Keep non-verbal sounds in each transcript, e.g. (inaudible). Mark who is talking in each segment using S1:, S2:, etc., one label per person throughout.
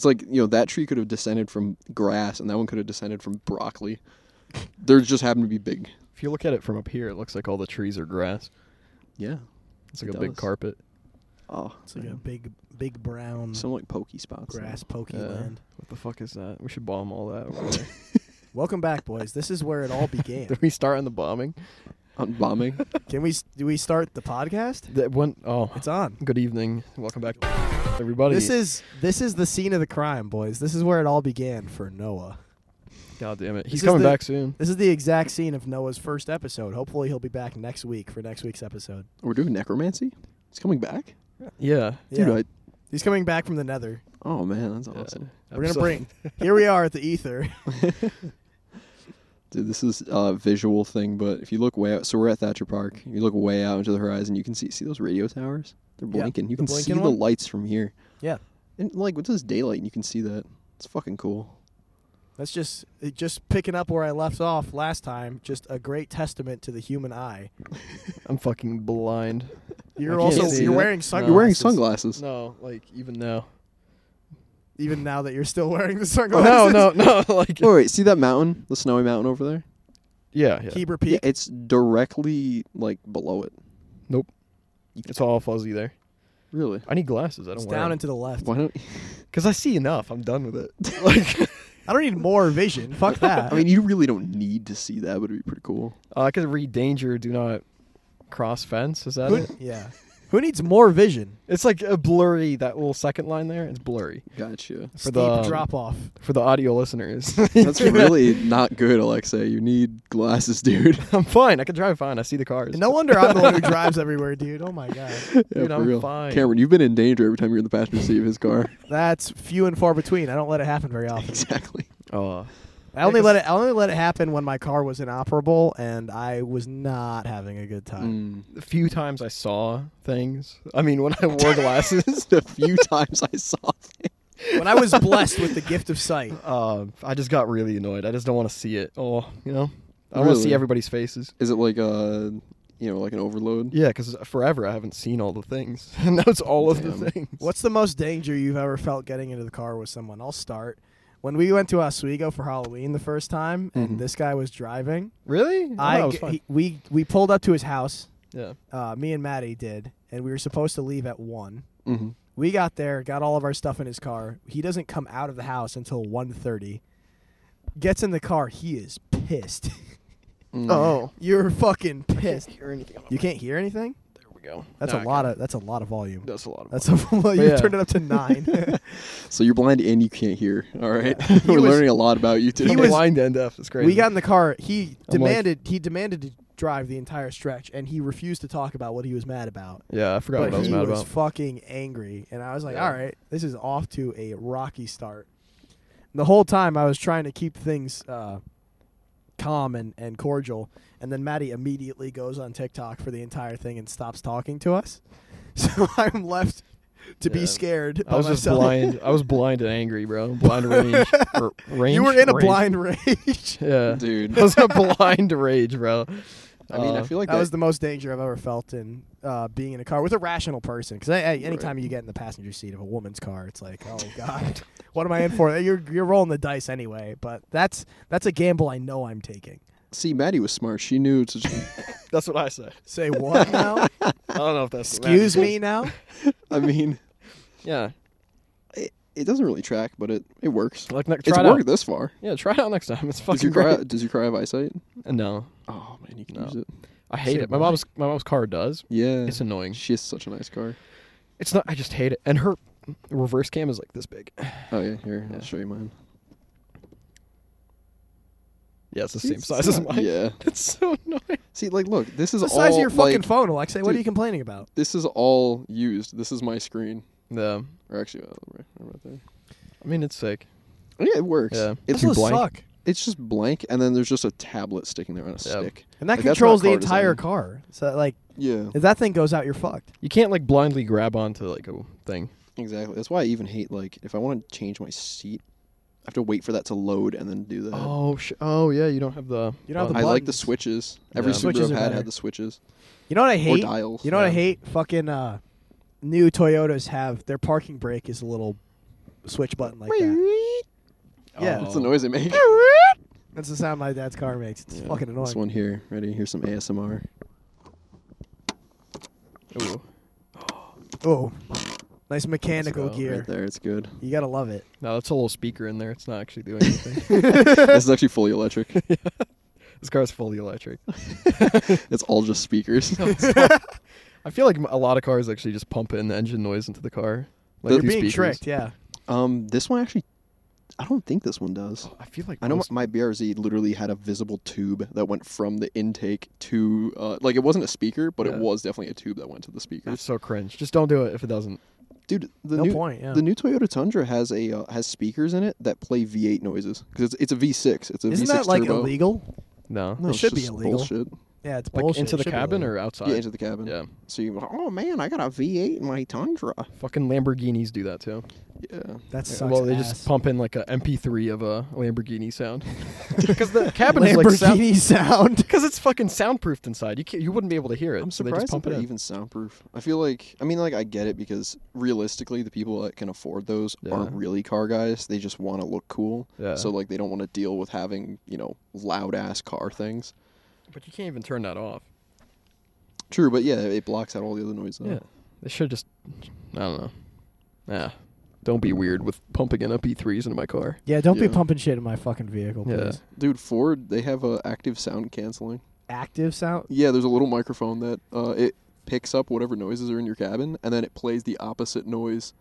S1: It's like you know that tree could have descended from grass, and that one could have descended from broccoli. They're just happened to be big.
S2: If you look at it from up here, it looks like all the trees are grass.
S1: Yeah.
S2: It's like
S1: It
S2: a big
S1: does.
S2: carpet.
S1: Oh,
S3: It's like a big, big brown
S1: some like pokey spots. though.
S3: grass pokey
S2: Yeah.
S3: land.
S2: What the fuck is that? We should bomb all that. over there.
S3: Welcome back, boys. This is where
S2: (laughs)
S3: it all began.
S2: Did we start on the bombing?
S1: On
S3: (laughs)
S1: bombing.
S3: Can we? s- Do we start the podcast?
S2: That one oh
S3: It's on.
S2: good evening. Welcome back, everybody.
S3: This is this is the scene of the crime, boys. This is where it all began for Noah.
S2: God damn it. He's
S3: is
S2: coming
S3: the-
S2: back soon.
S3: This is the exact scene of Noah's first episode. Hopefully, he'll be back next week for next week's episode.
S1: We're doing necromancy. It's coming back,
S2: Yeah.
S3: Yeah,
S1: dude. I,
S3: he's coming back from the Nether.
S1: oh man, that's
S2: Yeah.
S1: awesome,
S3: We're gonna
S2: Episode-
S3: bring. Here we are at the ether. (laughs)
S1: dude. This is a visual thing, but if you look way out, so we're at Thatcher Park. If you look way out into the horizon, you can see see those radio towers. They're
S3: Yeah,
S1: blinking. you
S3: the
S1: can see
S3: blinking
S1: the
S3: one?
S1: lights from here.
S3: Yeah.
S1: And like, it says daylight, and you can see that. It's fucking cool.
S3: That's just it- just picking up where I left off last time. Just a great testament to the human eye.
S2: (laughs) I'm fucking blind.
S3: You're
S2: can't
S3: also
S2: see
S3: you're
S2: that.
S3: wearing
S2: No.
S3: sunglasses.
S1: You're wearing sunglasses.
S2: No, like even now.
S3: even now that you're still wearing the
S2: Oh, (laughs)
S3: sunglasses. (laughs)
S2: no, no, no. (laughs) Like
S1: Oh wait, see that mountain, the snowy mountain over there?
S2: yeah, yeah.
S3: Heber
S1: Yeah,
S3: Peak.
S1: it's directly like below it.
S2: It's all fuzzy there.
S1: Really?
S2: I need glasses. I don't
S3: It's
S2: wear
S3: down and to the left.
S1: Why don't?
S2: because I see enough. I'm done with it. (laughs) like
S3: I don't need more vision. Fuck that.
S1: I (laughs) mean, you really don't need to see that, but it'd be pretty cool.
S2: uh, I could read danger. Do not cross fence. Is that
S3: Who-
S2: it?
S3: yeah. Who needs more vision?
S2: It's like a blurry that little second line there. It's blurry
S1: Gotcha.
S2: For
S3: Steep
S2: the-
S3: drop off.
S2: for the audio listeners. (laughs)
S1: That's really not good, Alexa. You need glasses, dude.
S2: I'm fine. I can drive fine. I see the cars.
S3: No wonder I'm the one (laughs) who drives everywhere, dude. Oh my god.
S1: (laughs) Yeah,
S2: Dude,
S1: for
S2: I'm
S1: real.
S2: fine.
S1: Cameron, you've been in danger every time you're in the passenger seat of his car.
S3: That's few and far between. I don't let it happen very often.
S1: exactly.
S2: Oh,
S3: I only
S2: Yeah, 'cause-
S3: let it I only let it happen when my car was inoperable and I was not having a good time.
S1: Mm. (laughs)
S2: the few times I saw things. I mean, when I
S1: (laughs)
S2: wore glasses,
S1: The few times I saw it.
S3: When I was blessed with the gift of sight.
S2: uh, I just got really annoyed. I just don't want to see it. Oh, you know, I want to see
S1: Really?
S2: everybody's faces.
S1: Is it like a, you know, like an overload?
S2: Yeah, because forever I haven't seen all the things, (laughs) and now it's all of the
S1: Damn.
S2: things.
S3: What's the most danger you've ever felt getting into the car with someone? I'll start. When we went to Oswego for Halloween the first time and
S1: Mhm.
S3: this guy was driving,
S2: Really?
S3: I
S2: thought it Mm-hmm. Oh, was
S3: g-
S2: fun.
S3: he, we we pulled up to his house.
S2: yeah.
S3: Uh, me and Maddie did, and we were supposed to leave at one.
S1: Mm-hmm.
S3: We got there, got all of our stuff in his car. He doesn't come out of the house until 1.30. Gets in the car, he is pissed.
S2: Oh,
S3: You're fucking pissed.
S2: hear anything.
S3: You can't hear anything?
S2: There we go.
S3: That's a lot of that's a lot of volume.
S2: That's a lot of.
S3: That's (laughs) a well, you
S2: Yeah.
S3: turned it up
S2: (laughs)
S3: to 9.
S1: So you're blind and you can't hear. All right, (laughs) we're
S3: was-
S1: learning a lot about you today.
S2: he
S3: was-
S2: was blind and deaf. That's crazy.
S3: we got in the car, he
S2: I'm like-
S3: demanded he demanded to drive the entire stretch and he refused to talk about what he was mad about.
S2: Yeah, I forgot
S3: but
S2: what I was
S3: he
S2: mad
S3: was
S2: about.
S3: fucking angry, and I was like,
S2: Yeah.
S3: "All right, this is off to a rocky start." And the whole time I was trying to keep things uh, calm and, and cordial, and then Maddie immediately goes on TikTok for the entire thing and stops talking to us. (laughs) So I'm left to be
S2: Yeah.
S3: scared. By
S2: I was just
S3: myself.
S2: blind. I was blind and angry, bro. Blind (laughs) range. Or range.
S3: You were in a
S2: Range.
S3: blind (laughs) rage.
S2: Yeah.
S1: (laughs) dude.
S2: (laughs) I was in a blind rage, bro.
S1: I mean, I
S2: Uh,
S1: feel like
S3: that was the most danger I've ever felt in uh, being in a car with a rational person. Because anytime you get in the passenger seat of a woman's car, it's like, oh god, (laughs) what am I in for? You're you're rolling the dice anyway. But that's that's a gamble I know I'm taking.
S1: see, Maddie was smart. She knew to just
S2: That's what I say.
S1: (laughs)
S3: Say what now?
S2: I don't know if that's what
S3: Excuse
S2: matters.
S3: me now.
S1: I mean,
S2: Yeah.
S1: it, it doesn't really track, but it, it works.
S2: Like next
S1: it's
S2: try it
S1: worked
S2: out.
S1: this far.
S2: Yeah, try it out next time. It's
S1: Does your,
S2: fucking
S1: cry,
S2: great.
S1: does your cry have eyesight?
S2: No,
S1: Oh man, you can
S2: No.
S1: use it.
S2: I hate
S3: Say
S2: it. My
S3: what?
S2: mom's my mom's car does.
S1: Yeah,
S2: It's annoying.
S1: she has such a nice car.
S2: It's not. I just hate it. And her reverse cam is like this big.
S1: Oh yeah, here
S2: Yeah.
S1: I'll show you mine.
S2: Yeah, it's the same size as mine.
S1: Yeah.
S2: (laughs) It's so annoying.
S1: See, like, look, this is
S3: The
S1: all
S3: size of your fucking
S1: like,
S3: phone, Alexa. what are
S1: dude.
S3: you complaining about?
S1: This is all used. This is my screen,
S2: No,
S1: or actually, uh, right, right there. Oh,
S2: I mean it's sick.
S1: Yeah, it works.
S2: Yeah.
S1: It's
S3: Those
S2: blank.
S3: suck.
S1: it's just blank, and then there's just a tablet sticking there on a stick.
S3: And that
S1: Like, that's
S3: controls
S1: not
S3: the
S1: car
S3: entire
S1: design.
S3: car. So like,
S1: Yeah,
S3: if that thing goes out, you're fucked.
S2: You can't like blindly grab onto like a thing.
S1: exactly. That's why I even hate like if I want to change my seat, I have to wait for that to load and then do that.
S2: Oh, sh- oh yeah, you don't have the.
S3: You don't have the
S1: I like the
S3: buttons.
S1: switches. Every
S2: Yeah.
S1: switch
S3: Switches
S1: Subaru
S3: are
S1: I've had
S3: better.
S1: had the switches
S3: You know what I
S1: or
S3: hate?
S1: dials.
S3: You know what I
S2: Yeah.
S3: hate? Fucking uh, new Toyotas have their parking brake is a little switch button like that. Yeah.
S1: That's the noise it
S3: (laughs)
S1: makes.
S3: That's the sound my dad's car makes. It's
S1: Yeah,
S3: fucking
S1: This
S3: annoying.
S1: one here. Ready? Here's some ASMR.
S2: Ooh,
S3: Oh, nice mechanical
S2: go, right
S3: gear.
S1: Right there. It's
S3: (laughs)
S1: good.
S3: you gotta love it.
S2: no, that's a little speaker in there. It's not actually
S1: (laughs)
S2: doing anything.
S1: this is actually fully
S3: (laughs)
S1: electric.
S2: this car's fully electric.
S1: It's all just speakers. (laughs)
S2: I feel like a lot of cars actually just pump in the engine noise into the car.
S1: They're
S2: Like through
S3: You're being
S2: speakers.
S3: tricked. Yeah.
S1: um, this one actually, I don't think this one does.
S2: I feel like
S1: I know
S2: most-
S1: my BRZ literally had a visible tube that went from the intake to, uh, like, it wasn't a speaker, but
S2: Yeah.
S1: it was definitely a tube that went to the
S2: that's
S1: speakers.
S2: so cringe. Just don't do it if it doesn't.
S1: Dude, the
S3: no
S1: new
S3: point. Yeah.
S1: the new Toyota Tundra has a uh, has speakers in it that play V8 noises because it's, it's a V6. It's a
S3: Isn't
S1: 6
S3: that like
S1: turbo.
S3: illegal?
S2: No.
S1: No,
S3: It
S1: it's
S3: should be
S1: just
S3: illegal.
S1: Bullshit.
S3: Yeah, it's
S2: Like
S3: bullshit.
S2: into
S3: It
S2: the
S3: should be
S2: cabin
S3: illegal.
S2: or outside?
S1: Yeah, into the cabin.
S2: yeah.
S1: So you, oh man, I got a V8 in my Tundra.
S2: Fucking Lamborghinis do that too.
S1: Yeah.
S3: that sucks.
S2: well, they
S3: ass.
S2: just pump in like a MP3 of a Lamborghini sound. Because the cabin is like (laughs) sound.
S3: Lamborghini (laughs) sound.
S1: (laughs)
S2: Because it's fucking soundproofed inside. You can't, you wouldn't be able to hear it.
S1: I'm
S2: so they
S1: surprised
S2: just pump
S1: that
S2: it
S1: they're
S2: in.
S1: even soundproof. I feel like I mean like I get it because realistically the people that can afford those aren't
S2: Yeah.
S1: really car guys. They just want to look cool.
S2: Yeah.
S1: So like they don't want to deal with having, you know, loud ass car things.
S2: But you can't even turn that off.
S1: True, but yeah, it blocks out all the other noise though.
S2: Yeah. They should just. I don't know. Yeah. Don't be weird with pumping in MP3s into my (laughs) car.
S3: Yeah, don't be
S1: Yeah.
S3: pumping shit in my fucking vehicle, please.
S2: Yeah.
S1: Dude, Ford, they have uh, active sound canceling.
S3: Active sound.
S1: Yeah, there's a little microphone that uh, it picks up whatever noises are in your cabin and then it plays the opposite noise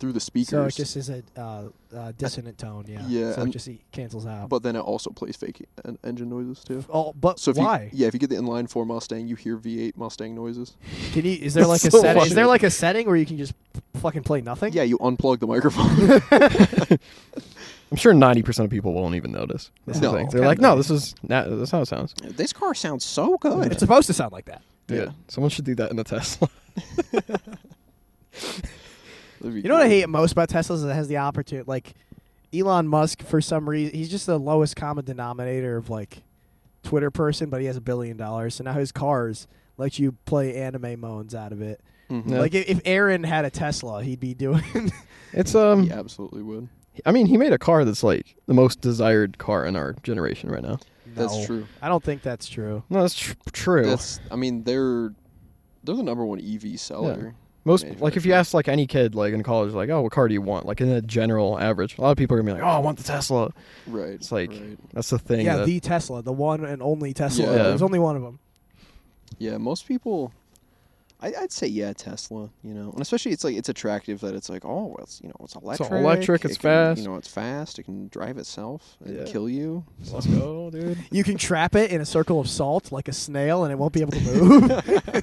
S1: through the speakers.
S3: So it just is a uh, uh, dissonant tone. Yeah.
S1: Yeah,
S3: So it
S1: and-
S3: just e- cancels out.
S1: but then it also plays fake e, en- engine noises too.
S3: oh, but
S1: So if
S3: why?
S1: You, yeah, if you get the inline four Mustang, you hear V8 Mustang noises.
S3: Can you? Is
S1: (laughs)
S3: there like a
S2: So
S3: setting? Is
S2: funny.
S3: there like a setting where you can just fucking play nothing?
S1: Yeah, you unplug the
S3: (laughs)
S1: microphone.
S2: I'm sure 90% of people won't even notice. That's
S1: No.
S2: the thing. They're
S1: Kinda
S2: like, no,
S1: not.
S2: this is not, this is how it sounds.
S1: (laughs) this car sounds so good.
S3: It's supposed to sound like that.
S1: Yeah.
S2: Someone should do that in a Tesla.
S3: You know what I hate most about Teslas is it has the opportunity. Like Elon Musk, for some reason, he's just the lowest common denominator of like Twitter person, but he has a billion dollars. So now his cars let you play anime moans out of it.
S1: Mhm.
S2: No.
S3: Like if, if Aaron had a Tesla, he'd be doing.
S2: (laughs)
S3: (laughs)
S2: It's um
S1: He absolutely would.
S2: I mean, he made a car that's like the most desired car in our generation right now.
S3: No.
S1: That's true.
S3: I don't think that's true.
S2: No, that's tr- true.
S1: That's. I mean, they're they're the number one EV seller.
S2: Most
S1: Yeah,
S2: like if you
S1: sure.
S2: ask like any kid like in college like, "Oh, what car do you want?" like in a general average, a lot of people are going to be like, "Oh, I want the Tesla."
S1: Right.
S2: It's like-
S1: right.
S2: That's the thing.
S3: yeah,
S2: that-
S3: the Tesla, the one and only Tesla.
S1: Yeah.
S3: There's only one of them.
S1: yeah. Most people. I, I'd say yeah, Tesla. You know, and especially it's like it's attractive that it's like oh it's you know it's electric,
S2: electric,
S1: it
S2: it's
S1: can,
S2: fast.
S1: You know, it's fast. It can drive itself and
S2: Yeah.
S1: kill you.
S2: let's go, dude.
S3: You can trap it in a circle of salt like a snail, and it won't be able to
S1: (laughs)
S3: move.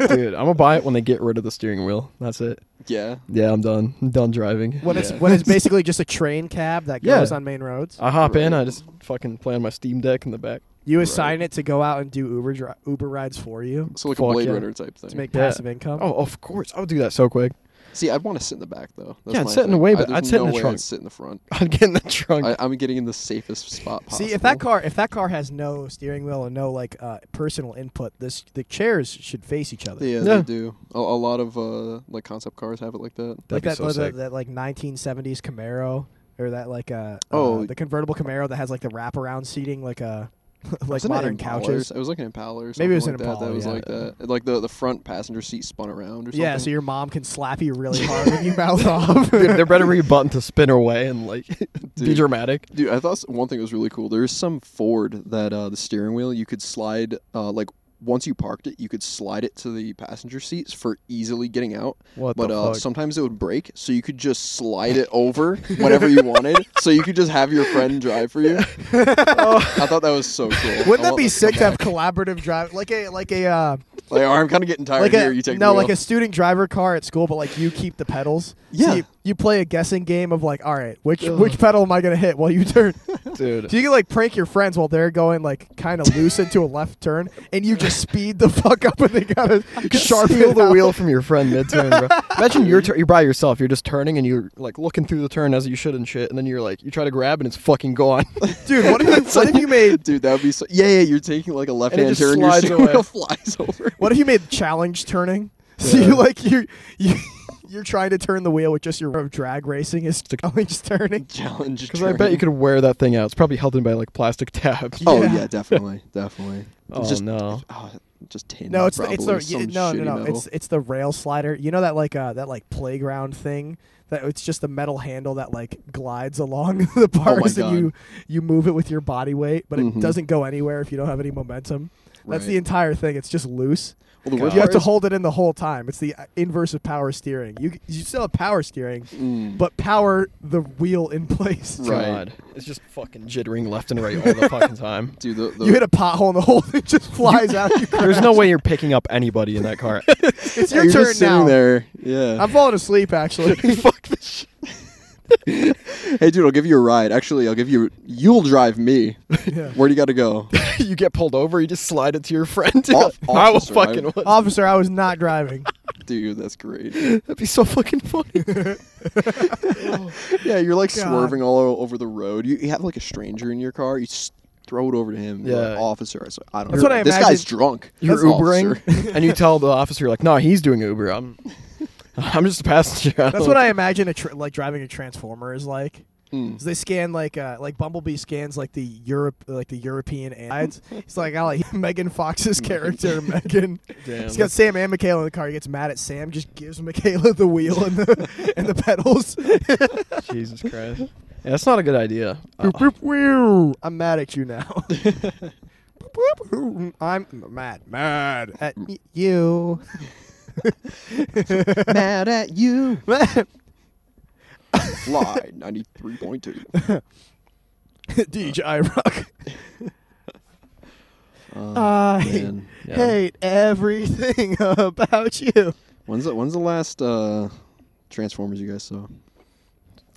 S2: dude, I'm gonna buy it when they get rid of the steering wheel. That's it.
S1: Yeah.
S2: Yeah, I'm done. I'm done driving.
S3: when it's
S1: Yeah.
S3: when it's basically just a train cab that
S2: Yeah.
S3: goes on main roads.
S2: I hop in,
S1: Right.
S2: I just fucking play on my Steam Deck in the back.
S3: You assign it to go out and do Uber dri- Uber rides for you
S1: So like
S2: Fuck
S1: a Blade
S2: yeah.
S1: Runner type thing.
S3: to make
S2: Yeah.
S3: passive income.
S2: Oh, of course, I would do that so quick. (laughs)
S1: See, I'd want to sit in the back though. That's
S2: Yeah, I'd
S1: my
S2: sit in the
S1: thing.
S2: way,
S1: I-
S2: but
S1: there's
S2: I'd sit in
S1: no
S2: the
S1: way
S2: trunk.
S1: I'd sit in the front.
S2: I'd get in the trunk.
S1: I, I'm getting in the safest spot possible.
S3: See if that car if that car has no steering wheel and no like uh, personal input, this the chairs should face each other.
S1: Yeah,
S2: Yeah.
S1: they do. A, a lot of uh, like concept cars have it like that.
S2: That'd
S3: like
S2: be
S3: that,
S2: so
S3: that-
S2: sick.
S3: that like 1970s Camaro or that like uh,
S1: Oh.
S3: uh, the convertible Camaro that has like the wraparound seating like a (laughs) like
S1: Wasn't it
S3: modern
S1: Impala
S3: couches.
S1: or s- It was like an Impala. Or
S3: Maybe it was
S1: something
S3: an
S1: like that,
S3: Impala,
S1: That was
S3: yeah.
S1: like that. It- Like the the front passenger seat spun around or something.
S3: Yeah, so your mom can slap you really hard when you mouth off.
S2: Dude, there better be a button to spin away and like (laughs) be
S1: Dude.
S2: dramatic.
S1: Dude, I thought s- one thing was really cool. There's some Ford that uh, the steering wheel you could slide uh, like once you parked it, you could slide it to the passenger seats for easily getting out.
S2: What
S1: But
S2: the
S1: uh,
S2: fuck?
S1: sometimes it would break, so you could just slide
S3: (laughs)
S1: it over whenever you wanted. So you could just have your friend drive for
S3: (laughs)
S1: you. I thought that was so cool. I
S3: (laughs) Wouldn't that
S1: want
S3: be
S1: this to
S3: sick
S1: come
S3: to have
S1: back.
S3: collaborative drive like a like a uh,
S1: Like, oh, I'm kind of getting tired
S3: like
S1: here.
S3: a
S1: you take
S3: no
S1: the
S3: like
S1: wheel.
S3: a student driver car at school, but like you keep the pedals. So
S1: Yeah.
S3: you, you play a guessing game of like, all right, which
S2: Ugh.
S3: which pedal am I gonna hit while you turn?
S2: Dude, (laughs)
S3: So you can like prank your friends while they're going like kind of loose into a left turn, and you just speed the (laughs) fuck up, and they gotta sharp
S2: feel
S3: it
S2: the
S3: out.
S2: wheel from your friend mid turn, bro. (laughs) Imagine you're, tur you're by yourself. You're just turning and you're like looking through the turn as you should and shit. And then you're like, you try to grab and it's fucking gone. (laughs)
S3: dude. What if you (laughs) what if you
S1: (laughs)
S3: made
S1: Dude, that would be so. Yeah, yeah, you're taking like a left hand
S2: just
S1: turn, your (laughs)
S2: slides
S1: steering
S2: away.
S3: (laughs)
S1: wheel flies over.
S3: what if you made challenge turning? (laughs) So
S2: Yeah.
S3: you (laughs) like you you You're trying to turn the wheel with just your drag racing is always turning.
S1: Challenge.
S2: Because I bet you could wear that thing out. It's probably held in by like plastic tabs. (laughs)
S1: Oh
S3: (laughs) Yeah.
S1: yeah, definitely, definitely.
S2: Oh,
S1: It's just,
S2: no.
S1: oh, just tin.
S3: No, it's the, it's the
S1: probably, some
S3: y- no no
S1: shitty
S3: no
S1: metal.
S3: it's it's the rail slider. You know that like uh that like playground thing that it's just a metal handle that like glides along (laughs) the bars
S1: Oh God.
S3: and you you move it with your body weight, but
S1: Mhm.
S3: it doesn't go anywhere if you don't have any momentum. That's
S1: Right.
S3: the entire thing. It's just loose.
S1: Well, the
S2: God.
S1: worst
S3: You have
S1: part
S3: to
S1: is-
S3: hold it in the whole time. It's the uh, inverse of power steering. You you still have power steering,
S1: Mm.
S3: but power the wheel in (laughs) place.
S1: Right.
S2: God, it's just fucking jittering left and right all the fucking (laughs) time.
S1: Dude, the, the,
S3: You hit a pothole and the whole thing just flies out.
S1: (laughs)
S3: You
S2: There's no way you're picking up anybody in that (laughs) car.
S3: It's
S1: Yeah, (laughs)
S3: your
S1: you're
S3: turn
S1: just
S3: now.
S1: sitting there. Yeah.
S3: I'm falling asleep actually.
S1: (laughs)
S2: Fuck this shit.
S1: hey, dude, I'll give you a ride. Actually, I'll give you. You'll drive me.
S3: (laughs) Yeah.
S1: Where do you got to go?
S2: you get pulled over, you just slide it to your friend.
S1: Off-
S2: (laughs) I will
S1: officer,
S2: fucking.
S1: I-
S3: Officer, I was not driving.
S1: Dude, that's
S3: (laughs)
S1: great.
S2: That'd be so fucking funny.
S1: Yeah, you're like
S3: God.
S1: swerving all o- over the road. You, you have like a stranger in your car. You just throw it over to him. You're like,
S2: Yeah.
S1: officer. I s- I don't
S3: That's
S1: know.
S3: what I
S1: this
S3: imagine-
S1: guy's drunk.
S2: You're
S1: That's-
S2: Ubering,
S1: officer.
S2: (laughs) and you tell the officer like, "No, he's doing Uber. I'm, (laughs) I'm just a passenger." I
S3: That's
S2: don't-
S3: what I imagine a tr like driving a transformer is like.
S1: Mm.
S3: 'Cause They scan like uh, like Bumblebee scans like the Europe like the European ads. He's like I like (laughs) Megan Fox's character Megan.
S2: Damn.
S3: He's got Sam and Michaela in the car. He gets mad at Sam, just gives Michaela the wheel and the and the pedals.
S2: (laughs) Jesus Christ. Yeah, that's not a good idea.
S3: (laughs) Boop,
S2: Uh,
S3: boop, whew. I'm mad at you now. Boop, boop, whew. I'm mad, mad at y- you. (laughs)
S1: Mad at you.
S3: DJ,
S1: (laughs) Fly ninety three point
S3: (laughs)
S1: two. (laughs)
S3: Rock. I
S1: Oh, man.
S2: yeah.
S3: hate everything (laughs) about you.
S1: When's the, when's the last uh, Transformers you guys saw?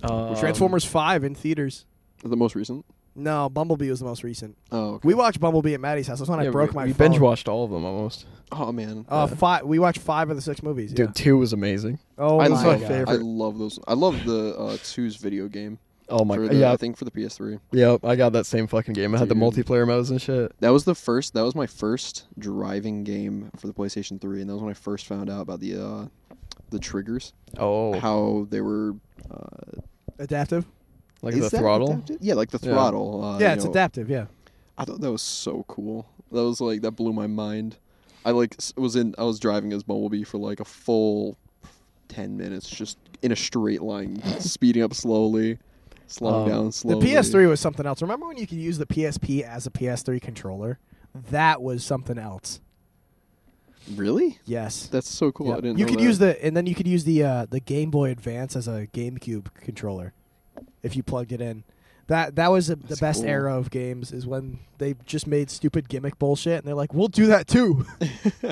S2: Um,
S3: Transformers Five in theaters.
S1: The most recent?
S3: No, Bumblebee was the most recent.
S1: Oh, okay.
S3: We watched Bumblebee at Maddie's house. That's when
S2: yeah,
S3: I broke
S2: we,
S3: my
S2: we
S3: phone.
S2: binge watched all of them almost.
S1: oh man.
S3: Uh,
S1: Yeah.
S3: five. We watched five of the six movies.
S2: Dude, two was amazing.
S3: Yeah. Oh
S1: I
S3: my
S1: love,
S3: God.
S1: I love those. I love the uh, two's video game.
S2: Oh my
S1: for
S2: god.
S1: the,
S2: Yeah,
S1: I think for the PS3.
S2: yeah, I got that same fucking game. I had the
S1: Dude.
S2: multiplayer modes and shit.
S1: That was the first. That was my first driving game for the PlayStation 3, and that was when I first found out about the uh, the triggers,
S2: Oh,
S1: how they were. Uh,
S3: Adaptive.
S2: like
S1: is
S2: the
S1: that
S2: throttle.
S1: (laughs) adaptive? Yeah, like the
S2: Yeah.
S1: throttle. Uh,
S3: yeah,
S1: you
S3: it's
S1: know,
S3: adaptive. Yeah.
S1: I thought that was so cool. That was like that blew my mind. I like s- was in. I was driving as Bumblebee for like a full ten minutes, just in a straight line, (laughs) speeding up slowly, slowing
S2: Um,
S1: down slowly.
S3: The PS3 was something else. Remember when you could use the PSP as a PS3 controller? That was something else.
S1: Really?
S3: Yes.
S1: That's so cool.
S3: Yep.
S1: I didn't.
S3: you
S1: know
S3: could
S1: that.
S3: use the and then you could use the uh, the Game Boy Advance as a GameCube controller if you plugged it in. That that was a, the
S1: That's
S3: best
S1: cool.
S3: era of games is when they just made stupid gimmick bullshit and they're like, "We'll do
S1: (laughs)
S3: that too."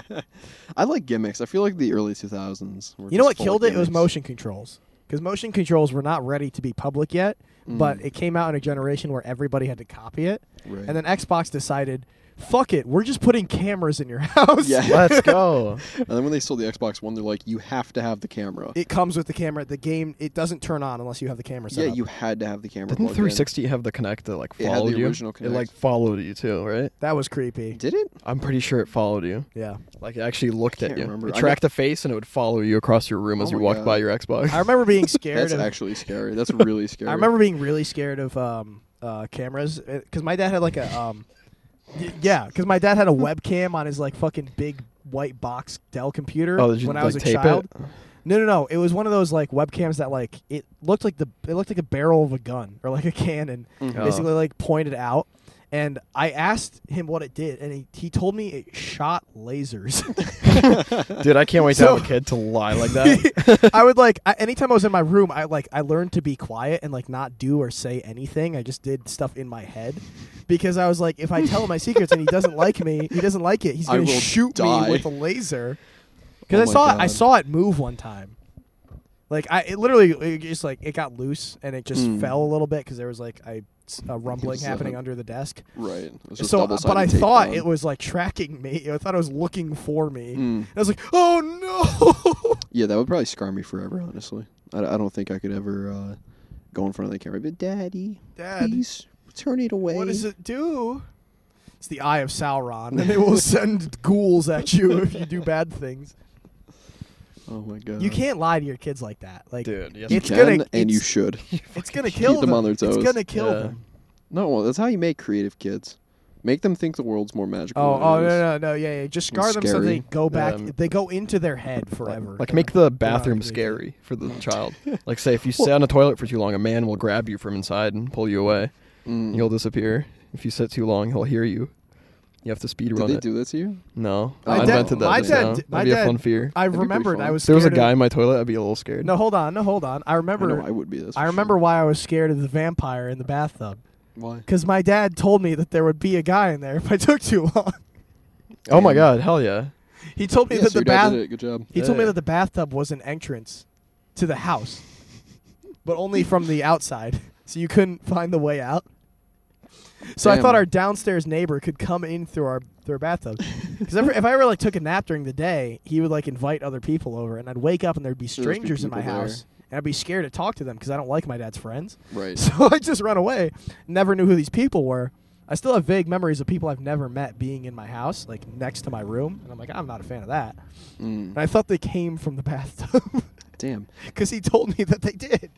S3: (laughs)
S1: I like gimmicks. I feel like the early 2000s. Were
S3: you know
S1: just
S3: what
S1: full of
S3: killed it? It was
S1: gimmicks.
S3: motion controls. Cuz motion controls were not ready to be public yet, but
S1: Mm.
S3: it came out in a generation where everybody had to copy it.
S1: Right.
S3: And then Xbox decided, "Fuck it, we're just putting cameras in your (laughs) house."
S1: Yeah.
S2: Let's go.
S1: And then when they sold the Xbox One, they're like, you have to have the camera.
S3: It comes with the camera. The game it doesn't turn on unless you have the camera set
S1: yeah,
S3: up.
S1: you had to have the camera.
S2: (laughs) Didn't
S1: plugged in.
S2: 360 have the Connect that like
S1: It had the
S2: followed you?
S1: original
S2: It like
S1: Kinect.
S2: followed you too, right?
S3: that was creepy.
S1: Did it?
S2: I'm pretty sure it followed you.
S3: Yeah.
S2: Like it actually looked at
S1: can't
S2: you.
S1: remember.
S2: It
S1: I
S2: tracked a face and it would follow you across your room as
S1: Oh
S2: you
S1: my
S2: walked
S1: God.
S2: by your (laughs) Xbox.
S3: I remember being scared
S1: That's
S3: of
S1: actually scary. That's really scary.
S3: (laughs) I remember being really scared of um, uh, cameras because my dad had like a um, y- yeah because my
S2: (laughs)
S3: dad had a webcam on his like fucking big white box Dell computer
S2: oh, did you
S3: when
S2: like
S3: I was a
S2: tape
S3: child.
S2: it?
S3: No, no, no. It was one of those like webcams that like it looked like the it looked like a barrel of a gun or like a cannon,
S2: Mm-hmm.
S1: Mhm.
S3: basically like pointed out. And I asked him what it did, and he, he told me it shot lasers.
S2: (laughs)
S3: (laughs)
S2: Dude, I can't wait to have
S3: So-
S2: a kid to lie like that.
S3: (laughs) I would like I, anytime I was in my room, I like I learned to be quiet and like not do or say anything. I just did stuff in my head because I was like, if I tell him
S1: (laughs)
S3: my secrets and he doesn't like me, he doesn't like it. He's
S1: I
S3: gonna
S1: will
S3: shoot
S1: die.
S3: me with a laser.
S1: Oh
S3: Because I
S1: my
S3: saw it, I
S1: God.
S3: saw it move one time. Like I, it literally it just like it got loose and it just
S1: Mm.
S3: fell a little bit because there was like I, a rumbling
S1: was, uh,
S3: happening under the desk.
S1: Right. It was just
S3: So,
S1: double-sided
S3: but I
S1: tape
S3: thought
S1: on.
S3: it was like tracking me. I thought it was looking for me.
S1: Mm.
S3: I was like, oh no. (laughs)
S1: Yeah, that would probably scar me forever, honestly. I, I don't think I could ever uh, go in front of the camera. But, Daddy,
S3: Dad.
S1: please turn it away.
S3: What does it do? It's the eye of Sauron, and it will send ghouls at you if you do bad things.
S1: Oh my god.
S3: You can't lie to your kids like that. Like
S2: dude. Yes,
S1: You
S3: it's
S1: can
S3: gonna-
S1: and you
S3: it's-
S1: should.
S3: it's gonna
S1: keep
S3: kill
S1: them on their toes.
S3: It's gonna kill
S2: Yeah.
S3: them.
S1: No, well, that's how you make creative kids. Make them think the world's more magical.
S3: Oh,
S1: than
S3: oh
S1: it is.
S3: no, no, no, yeah, yeah. Just
S1: It's
S3: scar them so
S1: scary.
S3: they go back.
S2: Um,
S3: they go into their head forever.
S2: Like make the
S3: Yeah.
S2: bathroom scary for the child. Like say if you sit on a toilet for too long, a man will grab you from inside and pull you away.
S1: Mm.
S2: You'll disappear. If you sit too long, he'll hear you. You have to speed
S1: Did
S2: run
S1: they
S2: it.
S1: do that to you?
S2: No,
S1: My
S2: I
S1: dad-
S2: invented that
S1: my
S2: just
S1: dad
S2: now.
S3: d- my
S2: That'd be a
S3: dad-
S2: fun fear.
S3: I
S1: That'd be pretty
S3: remembered.
S1: fun.
S3: I was.
S2: If there was a
S3: scared of-
S2: guy in my toilet, I'd be a little scared.
S3: No, hold on, no, hold on. I
S1: I know
S3: remember.
S1: I would be this.
S3: I remember why I was scared of the vampire in the bathtub.
S1: Why?
S3: Because my dad told me that there would be a guy in there if I took too long. (laughs)
S2: Oh my
S1: Damn.
S2: god, hell yeah.
S3: He told me
S1: Yes,
S3: that
S1: your
S3: the
S1: dad
S3: bath.
S1: did it. Good job.
S3: He told me
S2: Yeah.
S3: that the bathtub was an entrance to the house, but only from the outside, so you couldn't find the way out. So I
S1: Damn.
S3: thought our downstairs neighbor could come in through our through our bathtub. Because if I ever like took a nap during the day, he would like invite other people over, and I'd wake up and there'd be
S1: There'd be
S3: strangers in my
S1: people there.
S3: house, and I'd be scared to talk to them because I don't like my dad's friends.
S1: Right.
S3: (laughs) So I just run away. Never knew who these people were. I still have vague memories of people I've never met being in my house, like next to my room, and I'm like, I'm not a fan of that. And
S1: Mm.
S3: I thought they came from the bathtub (laughs)
S1: Damn.
S3: because he told me that they did.